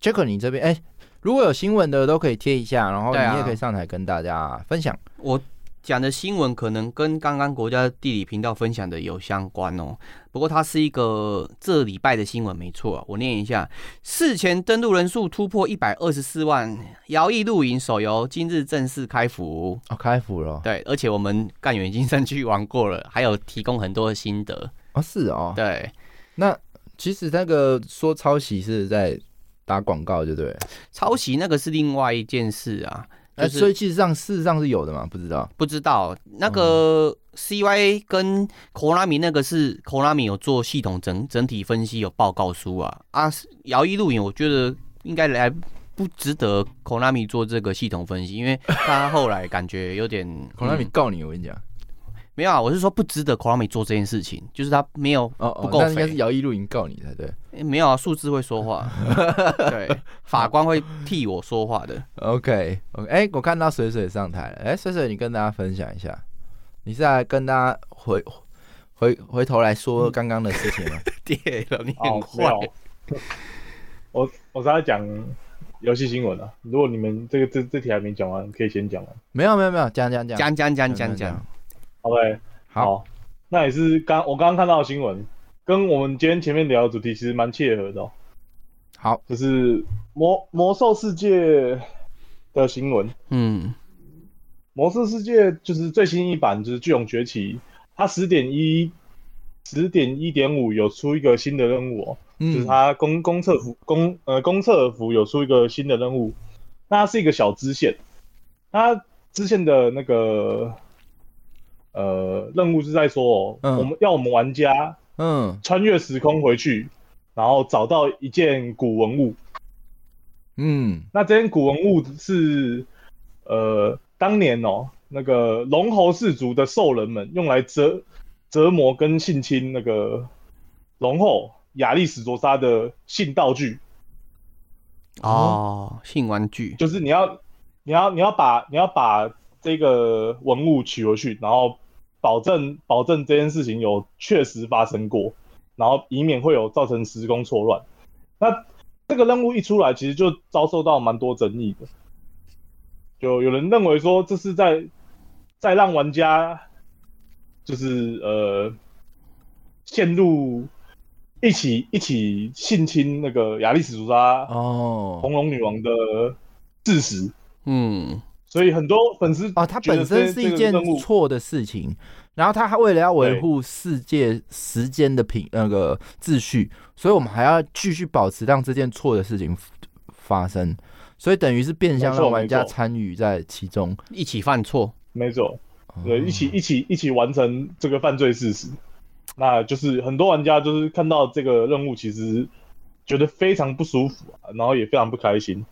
Jack 你这边哎、如果有新闻的都可以贴一下，然后对啊你也可以上台跟大家分享。我讲的新闻可能跟刚刚国家地理频道分享的有相关哦，不过它是一个这礼拜的新闻，没错啊、我念一下：事前登录人数突破一百二十四万，摇曳露营手游今日正式开服。哦，开服了哦对，而且我们干员已经上去玩过了，还有提供很多的心得。哦，是哦。对，那其实那个说抄袭是在打广告，对不对了？抄袭那个是另外一件事啊，哎、就是所以其实上事实上是有的嘛，不知道。不知道那个 CY 跟 Konami 那个是 Konami 有做系统整整体分析，有报告书啊啊，摇曳露营，我觉得应该来。不值得 Konami 做这个系统分析，因为他后来感觉 有点孔拉米嗯告你，我跟你讲，没有啊，我是说不值得 Konami 做这件事情，就是他没有哦哦不，够那应该肥是姚一露营告你才对。诶没有啊，数字会说话，对，法官会替我说话的。 OK OK，哎、我看到水水上台了，哎、水水，你跟大家分享一下，你是来跟大家回回回头来说刚刚的事情吗？对了，你很哦，没坏。有，我我是要讲游戏新闻啊。如果你们这个这这题还没讲完，可以先讲完。没有没有没有，讲讲讲讲讲讲讲讲，， OK，好，好，那也是刚我刚刚看到的新闻，跟我们今天前面聊的主题其实蛮切合的、哦，好，就是魔魔兽世界的新闻，《嗯，魔兽世界》就是最新一版，就是巨龙崛起，它十点一、十点一点五有出一个新的任务、哦，就是嗯，它公公厕服公呃公厕服有出一个新的任务，那它是一个小支线，它支线的那个呃任务是在说、哦，嗯我们要我们玩家嗯穿越时空回去，然后找到一件古文物。嗯那这件古文物是呃当年哦那个龙侯氏族的兽人们用来折折磨跟性侵那个龙后亚历史卓莎的性道具。哦，性玩具，就是你要你要你要把你要把这个文物取回去，然后保证保证这件事情有确实发生过，然后以免会有造成时空错乱。那这个任务一出来，其实就遭受到蛮多争议的，就有人认为说这是在在让玩家就是呃陷入。一起一起性侵那个亚历史族莎哦红龙女王的事实，嗯，所以很多粉丝哦，它觉得本身这是一件这个任务错的事情，然后它还为了要维对护世界时间的平那个秩序，所以我们还要继续保持让这件错的事情发生，所以等于是变相没错让玩家没错参与在其中。一起犯错，没错，哦对，一起一起一起完成这个犯罪事实。那就是很多玩家就是看到这个任务，其实觉得非常不舒服、啊，然后也非常不开心。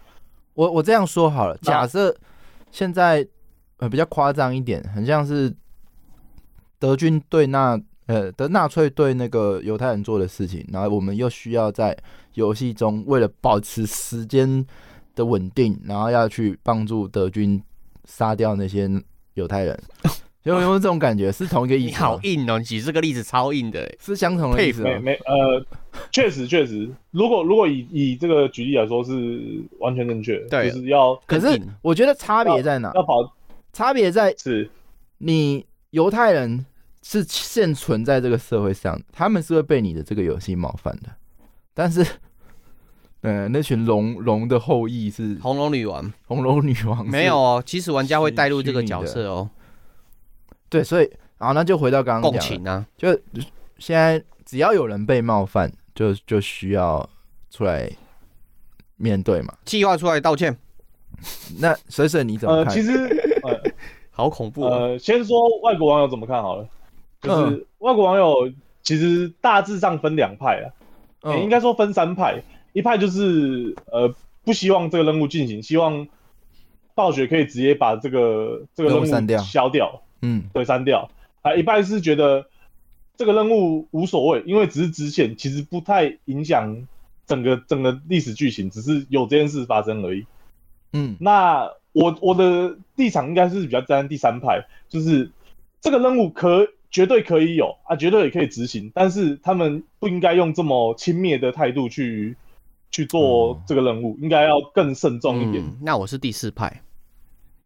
我我这样说好了，嗯那假设现在呃比较夸张一点，很像是德军对纳呃德纳粹对那个犹太人做的事情，然后我们又需要在游戏中为了保持时间的稳定，然后要去帮助德军杀掉那些犹太 人，有没有这种感觉？是同一个意你思吗好，硬哦，你举这个例子超硬的欸，是啊相同的意思吗没？没呃，确实确实，如果如果以以这个举例来说是完全正确的，对就是要可啊更是硬我觉得差别在哪？要保差别在持你犹太人是现存在这个社会上，他们是会被你的这个游戏冒犯的。但是， 呃，那群龙龙的后裔是红龙女王红龙女王，没有，哦，其实玩家会虚带入这虚个拟角的色哦，对，所以好，那就回到刚刚共讲的，情啊，就现在只要有人被冒犯，就就需要出来面对嘛。计划出来道歉，那水水你怎么呃，看？ 其实呃好恐怖啊哦，呃，先说外国网友怎么看好了，嗯就是外国网友其实大致上分两派啊，嗯欸应该说分三派，一派就是呃不希望这个任务进行，希望暴雪可以直接把这个这个任任务删掉务消掉，嗯对，删掉。啊，一派是觉得这个任务无所谓，因为只是支线，其实不太影响整个整个历史剧情，只是有这件事发生而已。嗯那我我的立场应该是比较站在第三派，就是这个任务可绝对可以有啊，绝对也可以执行，但是他们不应该用这么轻蔑的态度去去做哦这个任务，应该要更慎重一点。嗯，那我是第四派。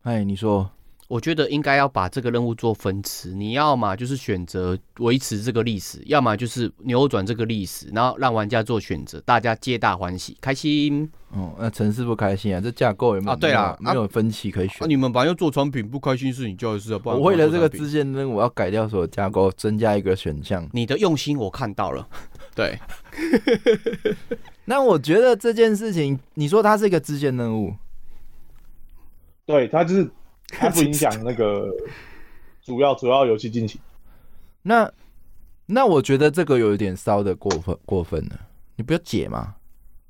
哎，你说我觉得应该要把这个任务做分支，你要嘛就是选择维持这个历史，要么就是扭转这个历史，然后让玩家做选择，大家皆大欢喜，开心。哦，那陈氏不开心啊？这架构有没有啊对啦没有没有分歧可以选啊，？你们本来就做产品，不开心是你家的事啊。不然我为了干这嘛个做产品支线任务，我要改掉所有架构，增加一个选项。你的用心我看到了， 对，那我觉得这件事情，你说它是一个支线任务，对，它就是它不影响那个主要主要游戏进行。那那我觉得这个有一点烧的过分过分了。你不要解嘛，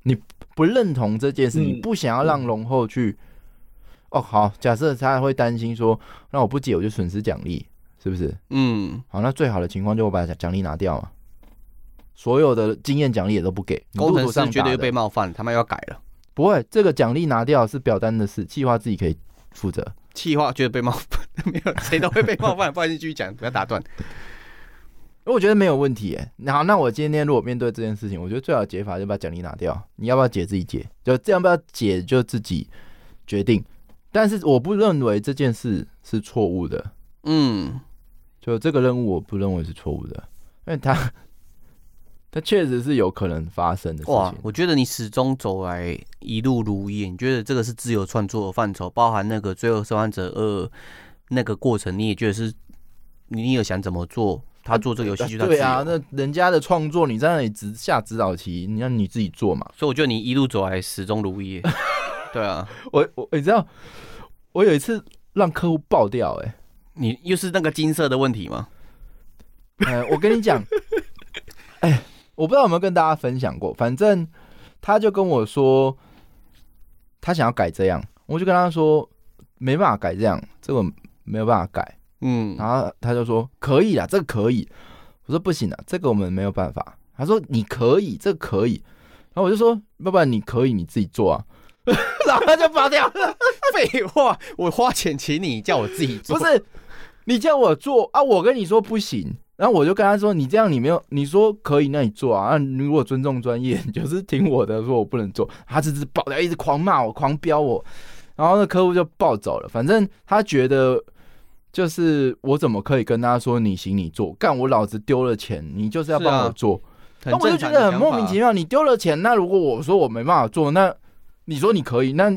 你不认同这件事，嗯你不想要让龙后去。哦，好，假设他会担心说，那我不解我就损失奖励，是不是？嗯，好，那最好的情况就我把奖奖励拿掉嘛，所有的经验奖励也都不给，你工路程途上师绝打对的被冒犯，他们要改了。不会，这个奖励拿掉是表单的事，计划自己可以负责。气话觉得被冒犯， 没有谁都会被冒犯，不然你继续讲，不要打断。我觉得没有问题耶。那好，那我今天如果面对这件事情，我觉得最好的解法就把奖励拿掉。你要不要解自己解，就这样不要解就自己决定。但是我不认为这件事是错误的，嗯， 就这个任务我不认为是错误的，因为他但确实是有可能发生的事哇情，。我觉得你始终走来一路如一，你觉得这个是自由创作的范畴，包含那个《最后生还者二》那个过程，你也觉得是，你你有想怎么做？他做这个游戏就他自对由啊，那人家的创作你在那里指下指导棋，你让你自己做嘛。所以我觉得你一路走来始终如 一。对啊，我我你知道，我有一次让客户爆掉、欸，你又是那个金色的问题吗？呃，我跟你讲，哎，我不知道有没有跟大家分享过，反正他就跟我说，他想要改这样，我就跟他说没办法改这样，这个没有办法改。嗯，然后他就说可以啦，这个可以。我说不行啊，这个我们没有办法。他说你可以，这个可以。然后我就说，要不然你可以你自己做啊。 然后他就拔掉，废话，我花钱请你，叫我自己 做。不是你叫我做啊，我跟你说不行。然后我就跟他说，你这样你没有，你说可以，那你做啊。啊你如果尊重专业，你就是听我的，说我不能做。他只是爆掉，一直狂骂我，狂飙我。然后那客户就暴走了，反正他觉得就是我怎么可以跟他说你行你做，干我老子丢了钱，你就是要是啊帮我做。那很我就正觉常得的很莫名其妙。你丢了钱，那如果我说我没办法做，那你说你可以，那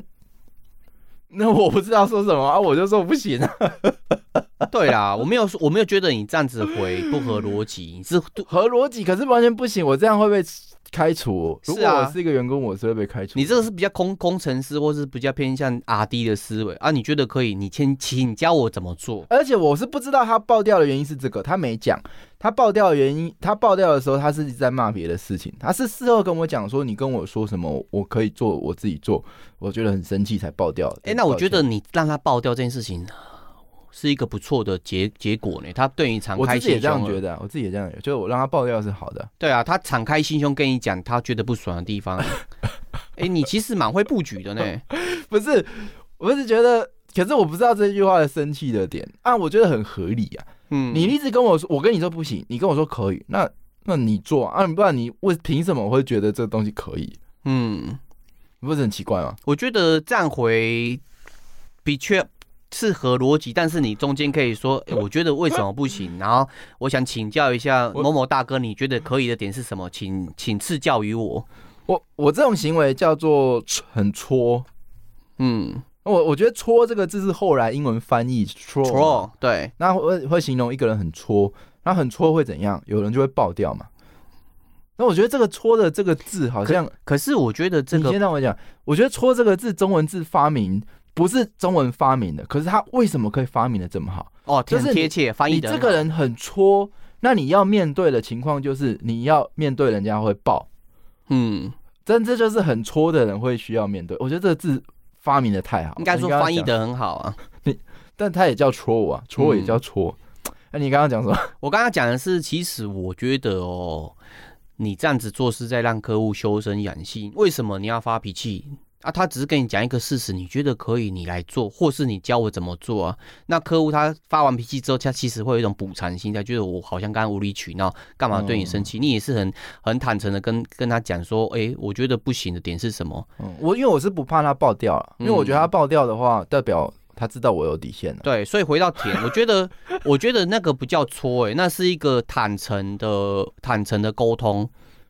那我不知道说什么啊，我就说不行啊，想法。对啦，我没有说，我没有觉得你这样子回不合逻辑，你是合逻辑，可是完全不行。我这样会被开除。如是果啊我是一个员工，我是会被开除。你这个是比较工工程师，或是比较偏向 R D 的思维啊？你觉得可以？你先请教我怎么做。而且我是不知道他爆掉的原因是这个，他没讲。他爆掉的原因，他爆掉的时候，他是一直在骂别的事情，他是事后跟我讲说，你跟我说什么，我可以做，我自己做，我觉得很生气才爆掉的。哎、那我抱觉歉得你让他爆掉这件事情是一个不错的结结果呢。他对你敞我开自己也心这样胸了觉得啊，我自己也这样觉得，就是我让他爆掉是好的。对啊，他敞开心胸跟你讲他觉得不爽的地 方。哎、你其实蛮会布局的呢。不是，我是觉得，可是我不知道这句话的生气的点啊，我觉得很合理啊。嗯，你一直跟我说，我跟你说不行，你跟我说可以，那那你做啊，啊不然你为凭什么会觉得这东西可以？嗯，你不是很奇怪吗？我觉得站回的确是合逻辑，但是你中间可以说、诶我觉得为什么不行？然后我想请教一下我某某大哥，你觉得可以的点是什么？请请赐教于我。我我这种行为叫做很戳。嗯我我觉得“戳”这个字是后来英文翻译 “troll”， ，pro 对，那会会形容一个人很戳，那很戳会怎样？有人就会爆掉嘛。那我觉得这个“戳”的这个字好像可是我觉得这你个先让我讲，我觉得“戳”这个字中文字发明不是中文发明的，可是它为什么可以发明的这么好？哦，就是很贴切，翻译你的这个人很戳，那你要面对的情况就是你要面对人家会爆，嗯，但这就是很戳的人会需要面对。我觉得这个字发明的太好，应该说你刚刚翻译讲，的嗯很好啊。但它也叫戳我啊，戳我也叫戳。 那、你刚刚讲什么？我刚刚讲的是，其实我觉得哦，你这样子做是在让客户修身养性。为什么你要发脾气？啊，他只是跟你讲一个事实，你觉得可以，你来做，或是你教我怎么做啊？那客户他发完脾气之后，他其实会有一种补偿心态，觉得我好像刚刚无理取闹，哦干嘛对你生气？你也是很很坦诚的跟跟他讲说，诶，我觉得不行的点是什么？嗯我因为我是不怕它爆掉了，因嗯为我觉得它爆掉的话，代表他知道我有底线了。对，所以回到田，我觉得， 我觉得那个不叫搓，诶，那是一个坦诚的、坦诚的沟通。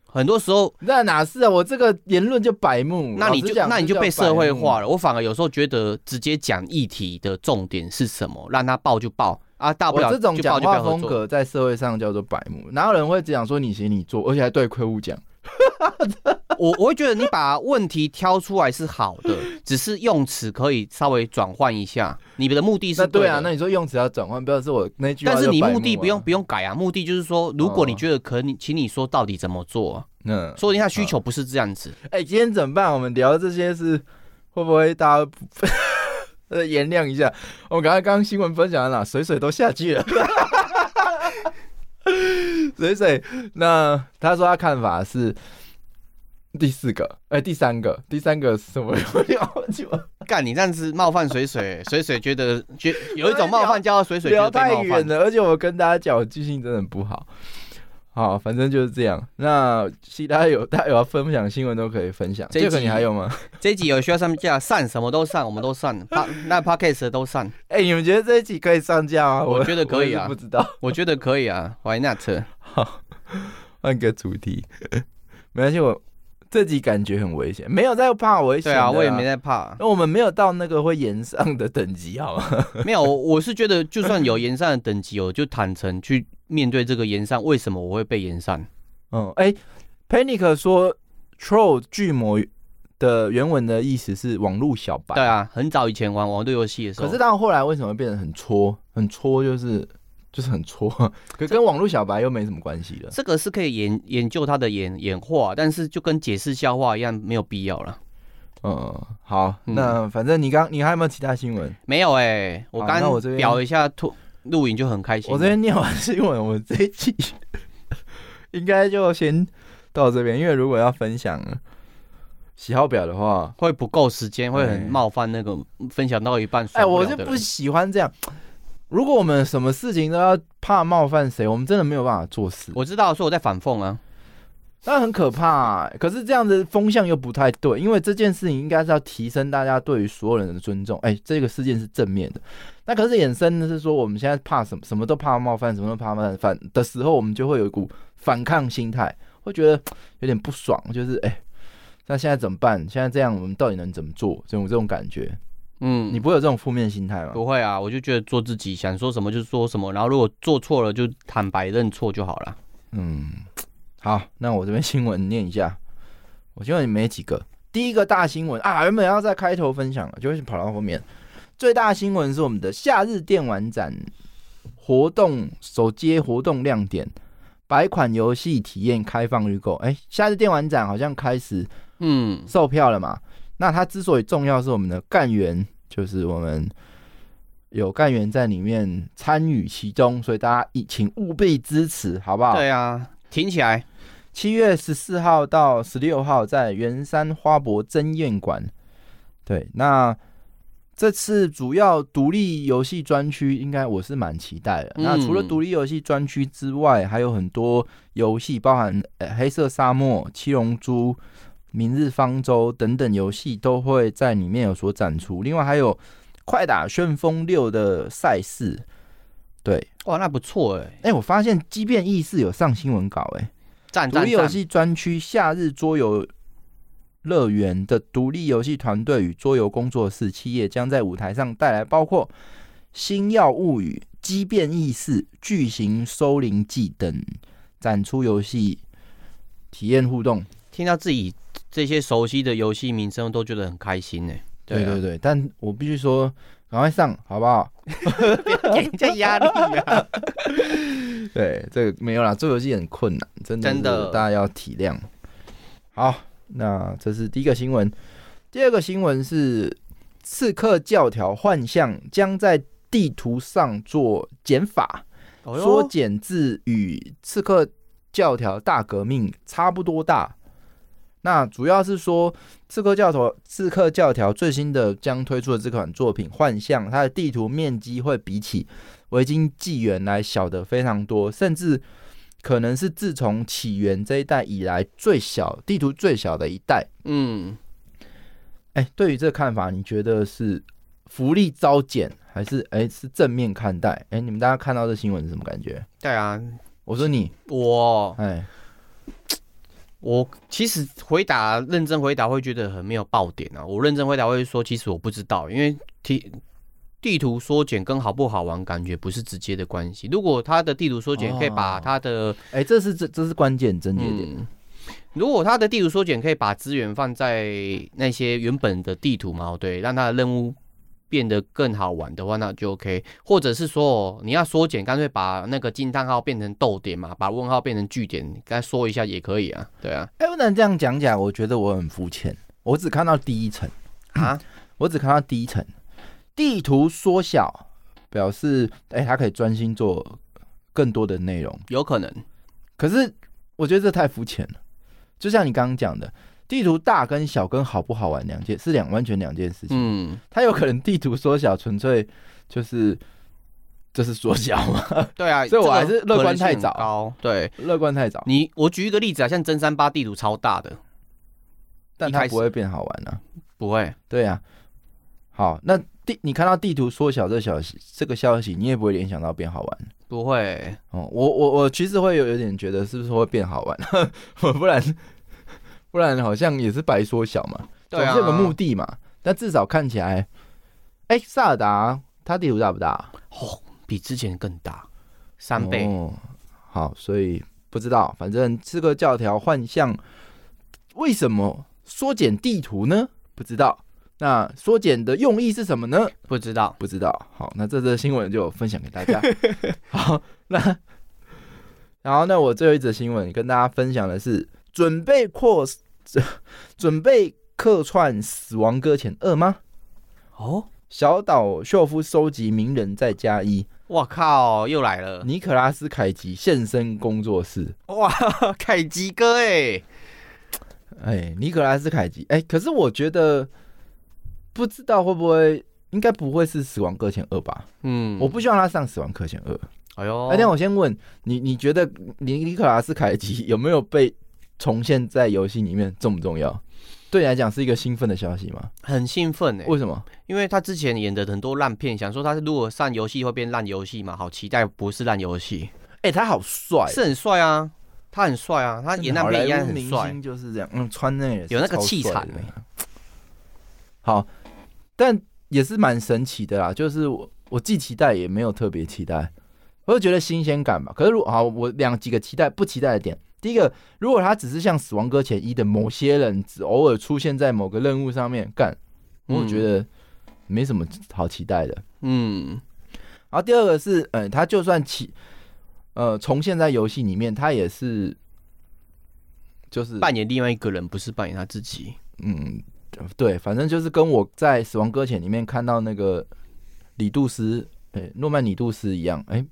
很多时候，那哪是啊？我这个言论就白目，那嗯你老实就讲那你就被社会化了。了。我反而有时候觉得，直接讲议题的重点是什么，让他爆就爆啊，大不我了这种就爆讲就不话要合风作。格在社会上叫做白目，哪有人会只讲说你行你做，而且还对客户讲？我我会觉得你把问题挑出来是好 的，只是用词可以稍微转换一下。你们的目的那是对对啊，的那你说用词要转换，不要是我那句话但叫白目啊、是你目的不用不用改啊，目的就是说，如果你觉得可，你请你说到底怎么做啊、嗯，说一下需求不是这样子。哎、今天怎么办？我们聊这些是会不会大家不 呃原谅一下？我刚刚刚新闻分享到哪？水水都下去了。 水水，那他说他看法是第四个，哎、第三个，第三个是什么？ 我忘记了干你这样子冒犯水水，水水觉得 觉有一种冒犯叫做水水觉聊得被太冒远犯。了，而且我跟大家讲，我记性真的很不好。好，反正就是这样。那其他有 大家有要分享新闻都可以分享。这一集这个你还有吗？ 这一集有需要上架上什么都上，我们都上，pa, 那 podcast 都上，哎、你们觉得这一集可以上架吗？我觉得可以啊我是不知道。 啊我觉得可以啊，Why not？好，换个主题， 没关系，我这集感觉很危险，没有在怕危险对的啊，啦。我也没 在怕。那我们没有到那个会延上的等级，好吗？ 没有，我是觉得就算有延善的等级，我就坦诚去面对这个延善，为什么我会被延善？嗯，哎、p a n i c 说 “troll” 巨魔的原文的意思是网络小白，对，啊，很早以前玩网络游戏的时候，可是到后来为什么变得很戳？很戳就是就是很戳， 可跟网络小白又没什么关系了。这个是可以研研究它的演演化，但是就跟解释笑话一样，没有必要了。嗯，好，嗯那反正你刚你还有没有其他新闻？没有哎、我好刚那我这边表一下吐录影就很开心。我这边念完新闻，我们这一期 应该就先到这边，因为如果要分享喜好表的话，会不够时间，会很哎冒犯那个分享到一半哎、受不我了就的人不喜欢这样。如果我们什么事情都要怕冒犯谁，我们真的没有办法做事，我知道，所以我在反讽啊。那很可怕、啊可是这样的风向又不太对，因为这件事情应该是要提升大家对于所有人的尊重。哎、这个事件是正面的。那可是衍生的是说，我们现在怕什么，什么都怕冒犯，什么都怕冒犯的时候，我们就会有一股反抗心态，会觉得嘖有点不爽，就是哎、那现在怎么办？现在这样，我们到底能怎么做？这种这种感觉，嗯，你不会有这种负面心态吗？不会啊，我就觉得做自己，想说什么就说什么，然后如果做错了就坦白认错就好了。嗯，好，那我这边新闻念一下，我新闻也没几个。第一个大新闻啊，原本要在开头分享了，就会跑到后面。最大新闻是我们的夏日电玩展活动首接活动亮点，百款游戏体验开放预购。哎、夏日电玩展好像开始嗯，售票了嘛？那它之所以重要，是我们的干员，就是我们有干员在里面参与其中，所以大家一请务必支持，好不好？对啊，挺起来。七月十四号到十六号在圆山花博争艳馆。对，那这次主要独立游戏专区，应该我是蛮期待的。嗯那除了独立游戏专区之外，还有很多游戏，包含、呃、黑色沙漠、七龙珠、明日方舟等等游戏都会在里面有所展出。另外还有快打旋风六的赛事。对，哇，那不错哎，哎、我发现畸变意识有上新闻稿、哎。赞独赞立游赞！戏专区夏日桌游乐园的独立游戏团队与桌游工作室企业将在舞台上带来包括《星耀物语》《畸变意识》《巨型收灵记》等展出游戏体验互动。听到自己这些熟悉的游戏名称，都觉得很开心哎。对啊对对，但我必须说，赶快上好不好？给 人家压力啊！对，这个没有啦，做游戏很困难，真的嗯真的是大家要体谅。好，那这是第一个新闻，第二个新闻是《刺客教条：幻象》将在地图上做减法，哦缩减至与《刺客教条：大革命》差不多大。那主要是说，《刺客教条》《刺客教条》最新的将推出的这款作品《幻象》，它的地图面积会比起维京纪元来小的非常多，甚至可能是自从起源这一代以来最小地图最小的一代。嗯，哎、对于这个看法，你觉得是福利遭减，还是哎、是正面看待？哎、你们大家看到这新闻是什么感觉？对啊，我说你，我哎，我其实回答认真回答会觉得很没有爆点啊。我认真回答会说，其实我不知道，因为地地图缩减跟好不好玩感觉不是直接的关系。如果它的地图缩减可以把哦它的哎、这是这这是关键症结点。嗯，如果它的地图缩减可以把资源放在那些原本的地图嘛，哦对，让它的任务变得更好玩的话，那就 OK。或者是说你要缩减，干脆把那个惊叹号变成逗点嘛，把问号变成句点，该说一下也可以啊，对啊，哎、不能这样讲讲，我觉得我很肤浅，我只看到第一层。啊， 我只看到第一层，地图缩小表示，哎、它可以专心做更多的内容。有可能，可是我觉得这太肤浅了，就像你刚刚讲的，地图大跟小跟好不好玩两件是两完全两件事情。嗯，它有可能地图缩小，纯粹就是就是缩小嘛，对啊，所以我这个还是乐观可能性太很早高，对 乐观太早，你，我举一个例子啊，像真三八地图超大的，但一它开始不会变好玩啊。不会，对啊，好，那地你看到地图缩小这小这个消息，你也不会联想到变好玩。不会，哦，我我我其实会有有点觉得是不是会变好玩， 我不然不然好像也是白缩小嘛，对啊总是有个目的嘛。但至少看起来，哎、萨尔达它地图大不啊大？哦，比之前更大，三倍。哦。好，所以不知道，反正这个教条幻象为什么缩减地图呢？不知道。那缩减的用意是什么呢？不知道，不知道。好，那这则新闻就分享给大家。好，那然后那我最后一则新闻跟大家分享的是，准备扩 准备客串《死亡搁浅二》吗？哦，小岛秀夫收集名人再加一，我靠，又来了，尼可拉斯凯奇现身工作室。哇， 凯基哥哎，哎，尼可拉斯凯奇，哎，可是我觉得不知道会不会，应该不会是《死亡搁浅二》吧？嗯，我不，希望他上《死亡搁浅二》。哎呦，哎，那我先问你，你觉得尼尼可拉斯凯奇 有没有被重现在游戏里面重不重要？对你来讲是一个兴奋的消息吗？很兴奋哎，为什么？因为他之前演的很多烂片，想说他如果上游戏会变烂游戏嘛，好期待不是烂游戏，哎、他好帅，是很帅啊，他很帅啊，他演烂好莱片坞一样很明帅星，就是这样，嗯，穿那个也是有那个超帅气的场欸好，但也是蛮神奇的啦，就是我我既期待也没有特别期待，我就觉得新鲜感吧。可是如好，我两几个期待不期待的点，第一个，如果他只是像《死亡搁浅一》的某些人，只偶尔出现在某个任务上面干，我嗯觉得没什么好期待的。嗯，然后第二个是，呃，他就算起，呃，重现在游戏里面，他也是，就是扮演另外一个人，不是扮演他自己，嗯，对，反正就是跟我在《死亡搁浅》里面看到那个李杜斯，哎、诺曼李杜斯一样，哎、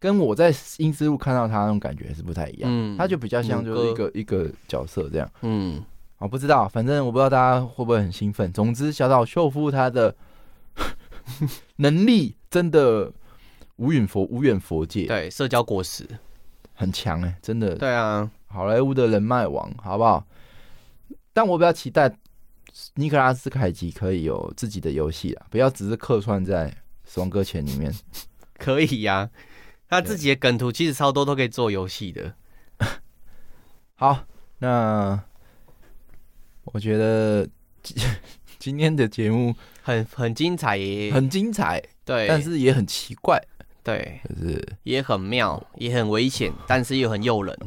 跟我在英斯路看到他那种感觉是不太一样，嗯他就比较像母就是一哥个一个角色这样。嗯，我不知道，反正我不知道大家会不会很兴奋。总之，小岛秀夫他的 能力真的无远佛无远佛界，对，社交果实，很强哎、真的对啊，好莱坞的人脉王，好不好？但我比较期待尼克拉斯凯奇可以有自己的游戏啦，不要只是客串在《死亡搁浅》里面。可以呀、他自己的梗图其实超多都可以做游戏的，好，那我觉得今今天的节目很很精彩耶，很精彩，对，但是也很奇怪，对就是也很妙，也很危 险，但是又很诱人，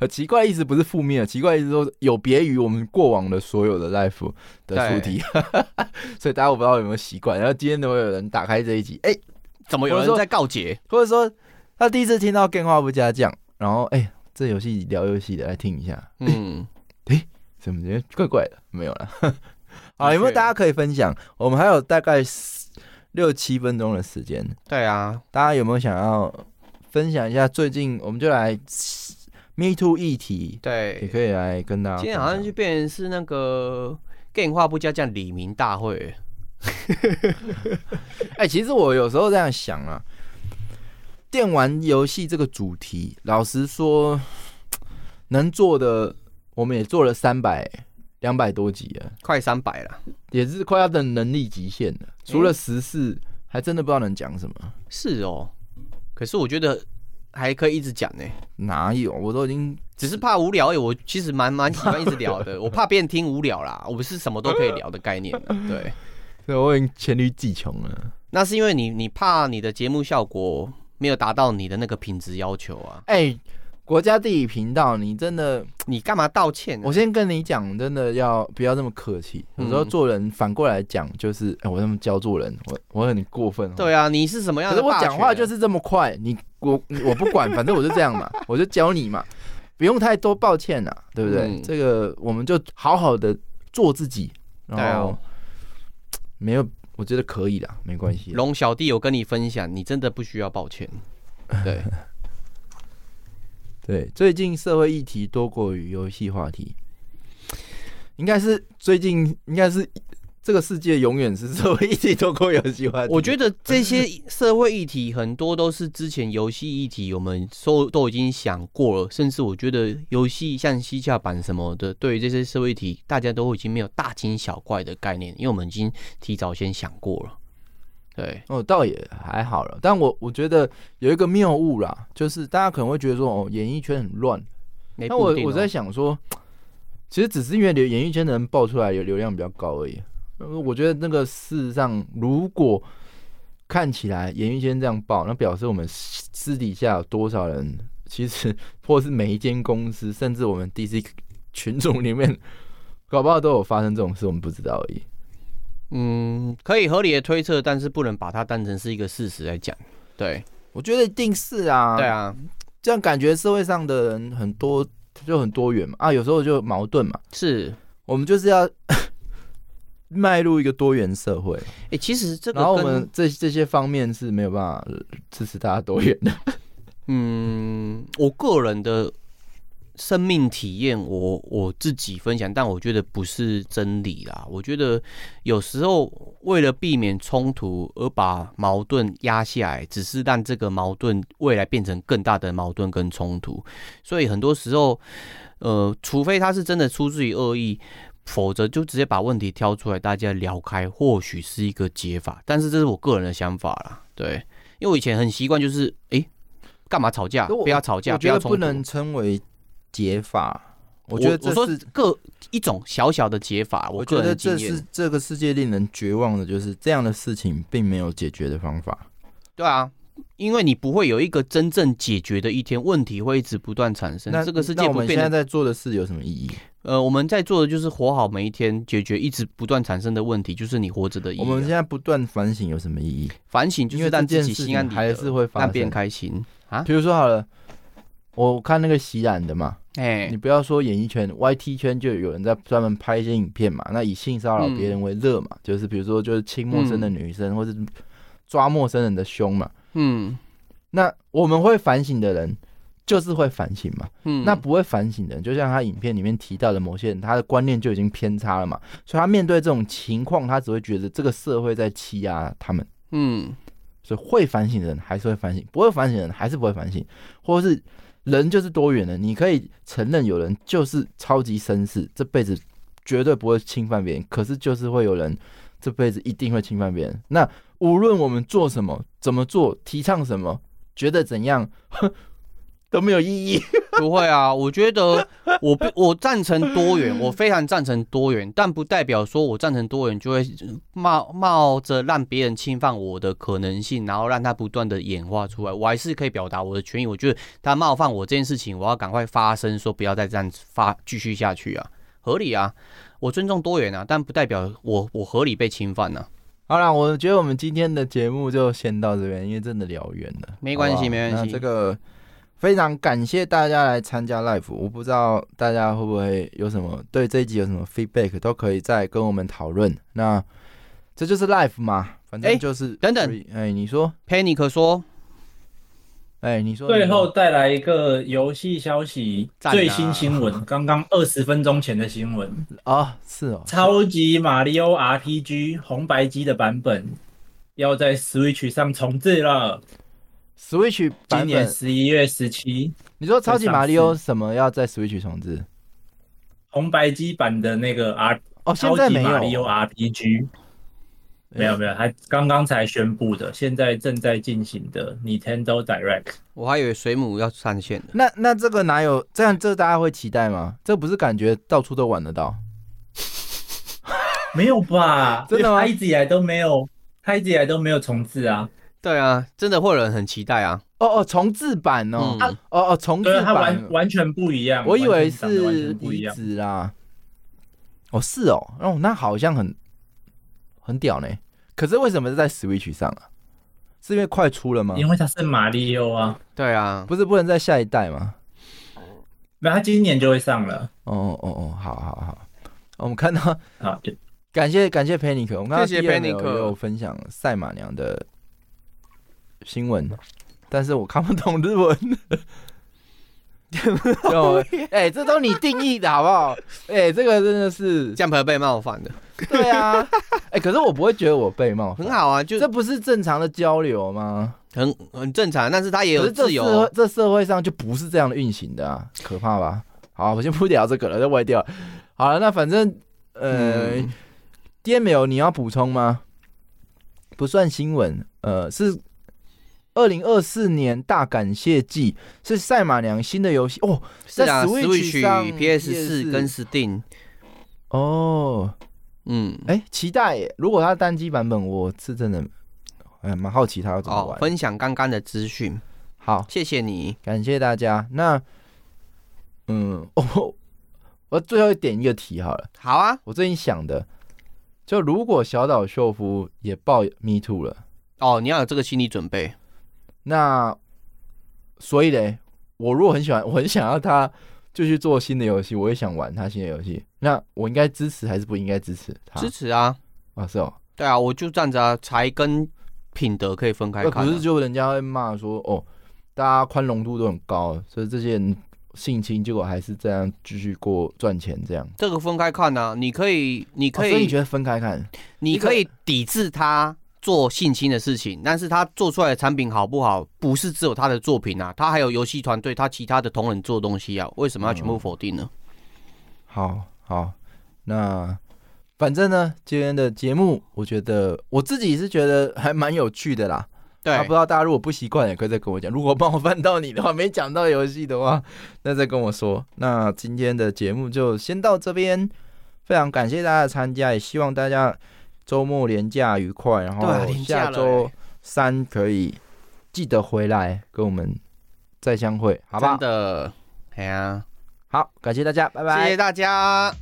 呃，奇怪意思不是负面的，奇怪意思说有别于我们过往的所有的 life 的对主题， 所以大家我不知道有没有习惯。然后今天都会有人打开这一集，哎、怎么有我是说人在告 解？或者说他第一次听到电话不加酱，然后哎、这游戏聊游戏的来听一下，嗯，怎么觉得怪怪的？没有了。的 好，确有没有大家可以分享？我们还有大概10六七分钟的时间，对啊，大家有没有想要分享一下最近？我们就来 Me Too 议题，也对，可以啊来跟大家分享。今天好像就变成是那个电话不加酱李明大会， 哎、其实我有时候这样想啊，电玩游戏这个主题，老实说，能做的我们也做了三百两百多集了，快三百了。也是快要等能力极限了。除了十四、还真的不知道能讲什么。是哦，可是我觉得还可以一直讲呢，哪有？我都已经只是怕无聊而已。我其实蛮蛮喜欢一直 聊的，我怕别人听无聊啦。我不是什么都可以聊的概念啊，对。对我已经黔驴技穷了。那是因为你你怕你的节目效果没有达到你的那个品质要求啊，哎、国家地理频道，你真的，你干嘛道歉、啊？我先跟你讲，真的要不要这么客气？有时候嗯做人反过来讲，就是，哎、我那么教做人，我我很过分、哦。对啊，你是什么样可的是我霸讲话权啊就是这么快，你我我不管，反正我就这样嘛， 我就教你嘛，不用太多抱歉啦，对不对？嗯这个我们就好好的做自己，然后、对啊没有，我觉得可以啦，没关系啦。龙小弟有跟你分享，你真的不需要抱歉。对， 对，最近社会议题多过于游戏话题，应该是最近应该是这个世界永远是社会议题多过游戏话题。我觉得这些社会议题很多都是之前游戏议题我们都都已经想过了，甚至我觉得游戏像西洽版什么的，对于这些社会议题，大家都已经没有大惊小怪的概念，因为我们已经提早先想过了。对，哦，倒也还好了，但我我觉得有一个谬误啦，就是大家可能会觉得说，哦，演艺圈很乱。那那我我在想说，其实只是因为流演艺圈的人爆出来有流量比较高而已。呃我觉得那个事实上，如果看起来演艺圈这样爆，那表示我们私私底下有多少人，其实 或是每一间公司，甚至我们 DC 群组里面，搞不好都有发生这种事，我们不知道而已。嗯，可以合理的推测，但是不能把它当成是一个事实来讲。对，我觉得一定是啊，对啊，这样感觉社会上的人很多，就很多元嘛啊，有时候就矛盾嘛。是。我们就是要 迈入一个多元社会，哎、其实这个然后我跟们这这些方面是没有办法呃支持大家多元的。嗯，我个人的生命体验，我我自己分享，但我觉得不是真理啦。我觉得有时候为了避免冲突而把矛盾压下来，只是让这个矛盾未来变成更大的矛盾跟冲突。所以很多时候，呃，除非他是真的出自于恶意。否则就直接把问题挑出来，大家聊开，或许是一个解法。但是这是我个人的想法啦，对，因为我以前很习惯就是，诶、干嘛吵架？可我不要吵架，我不觉要得冲突不能称为解法，我觉得我这说是各一种小小的解法，我个觉人得的经这是验。这个世界令人绝望的，就是这样的事情并没有解决的方法。对啊，因为你不会有一个真正解决的一天，问题会一直不断产生。那这个世那界我不们现在变得，在做的事有什么意义？呃，我们在做的就是活好每一天，解决一直不断产生的问题，就是你活着的意义啊。我们现在不断反省有什么意义？反省就因是为这让自件己事心安情理得，还是会发让别人生。开心啊。比如说好了，我看那个洗染的嘛，哎、你不要说演艺圈，YT 圈就有人在专门拍一些影片嘛，那以性骚扰别人为乐嘛，就是比如说就是亲陌生的女生，或是抓陌生人的胸嘛。嗯那我们会反省的人，就是会反省嘛。嗯，那不会反省的人，就像他影片里面提到的某些人，他的观念就已经偏差了嘛，所以他面对这种情况，他只会觉得这个社会在欺压他们。嗯所以会反省的人还是会反省，不会反省的人还是不会反省，或者是人就是多元的，你可以承认有人就是超级绅士，这辈子绝对不会侵犯别人，可是就是会有人这辈子一定会侵犯别人。那无论我们做什么、怎么做、提倡什么、觉得怎样， 呵都没有意义。 不会啊，我觉得我不我赞成多元，我非常赞成多元，但不代表说我赞成多元就会冒冒着让别人侵犯我的可能性，然后让它不断的演化出来。我还是可以表达我的权益，我觉得他冒犯我这件事情，我要赶快发声，说不要再这样发继续下去啊，合理啊，我尊重多元啊，但不代表我我合理被侵犯啊，好啦，我觉得我们今天的节目就先到这边，因为真的聊远了。没关系好不好没关那系这个非常感谢大家来参加 live，我不知道大家会不会有什么对这一集有什么 feedback，都可以再跟我们讨论。那这就是 live 嘛，反哎正就是、等等，哎、你说， Panic 说，哎、你说，最后你说带来一个游戏消息，赞啊最新 新闻，刚刚二十分钟前的新闻，哦，是哦，《超级马里奥 RPG》红白机的版本要在 Switch 上重置了， Switch 今版年本，十一月十七，你说超级马里奥上什么要在 Switch 重置？红白机版的那个 R 哦，现超在级没马里有奥，RPG。没有没有，还刚刚才宣布的，现在正在进行的 Nintendo Direct。我还以为水母要上线的，那那这个哪有这样？这大家会期待吗？这不是感觉到处都玩得到？没有吧？真的吗他一直以来都没有，他一直以来都没有重置啊。对啊，真的会有人很期待啊，哦哦，重置版哦，嗯哦哦，重置对，它版完，完全不一样。我以为完全长得完是全不移一样。植啦。哦，是哦，哦，那好像很很屌呢。可是为什么是在 Switch 上啊？是因为快出了吗？因为它是马里奥啊，对啊，不是不能在下一代吗？没有，它今年就会上了。哦哦哦哦，好好好。哦我们看到，好，就感谢感谢 Panic，我们看到谢谢 DL 有 Panic 有分享赛马娘的新闻，但是我看不懂日 文。就哎、这都你定义的好不好？哎、这个真的是这样会被冒犯的。对啊， 哎、可是我不会觉得我被冒犯，很，好啊，就这不是正常的交流吗？很很正常，但是他也可有是这自社会由。这社会上就不是这样的运行的啊，可怕吧？好，我先不聊这个了，再歪掉了。好了，那反正呃、嗯 d m l 你要补充吗？不算新闻，呃，是二零二四年大感谢季，是赛马娘新的游戏哦，是在啊 Switch 上 PS 四跟 Steam，哦，嗯，哎、期待耶！如果它单机版本，我是真的哎蛮好奇它要怎么哦，玩。分享刚刚的资讯，好，谢谢你。感谢大家。那嗯， 哦，我最后点一个题好了，好啊，我最近想的，就如果小岛秀夫也爆 Me Too 了。哦，你要有这个心理准备。那所以嘞，我如果很喜欢，我很想要他就去做新的游戏，我也想玩他新的游戏。那我应该支持还是不应该支持他？支持啊，啊，是哦，对啊，我就站着啊，才跟品德可以分开那看、呃不啊是。就人家会骂说哦，大家宽容度都很高，所以这些人性侵，结果还是这样继续过赚钱这样。这个分开看啊，你可以，你哦可所以以，你觉得分开看？你一个可以抵制他做性侵的事情，但是他做出来的产品好不好，不是只有他的作品啊，他还有游戏团队，他其他的同仁做的东西啊，为什么要嗯全部否定呢？好好，那反正呢，今天的节目，我觉得我自己是觉得还蛮有趣的啦。对，啊，不知道大家如果不习惯，也可以再跟我讲。如果冒犯到你的话，没讲到游戏的 话，那再跟我说。那今天的节目就先到这边，非常感谢大家的参加，也希望大家周末连假愉快，然后对啊连假哦下了周欸三可以记得回来跟我们再相会，好不好真？的，哎呀、好，感谢大家，拜拜。谢谢大家，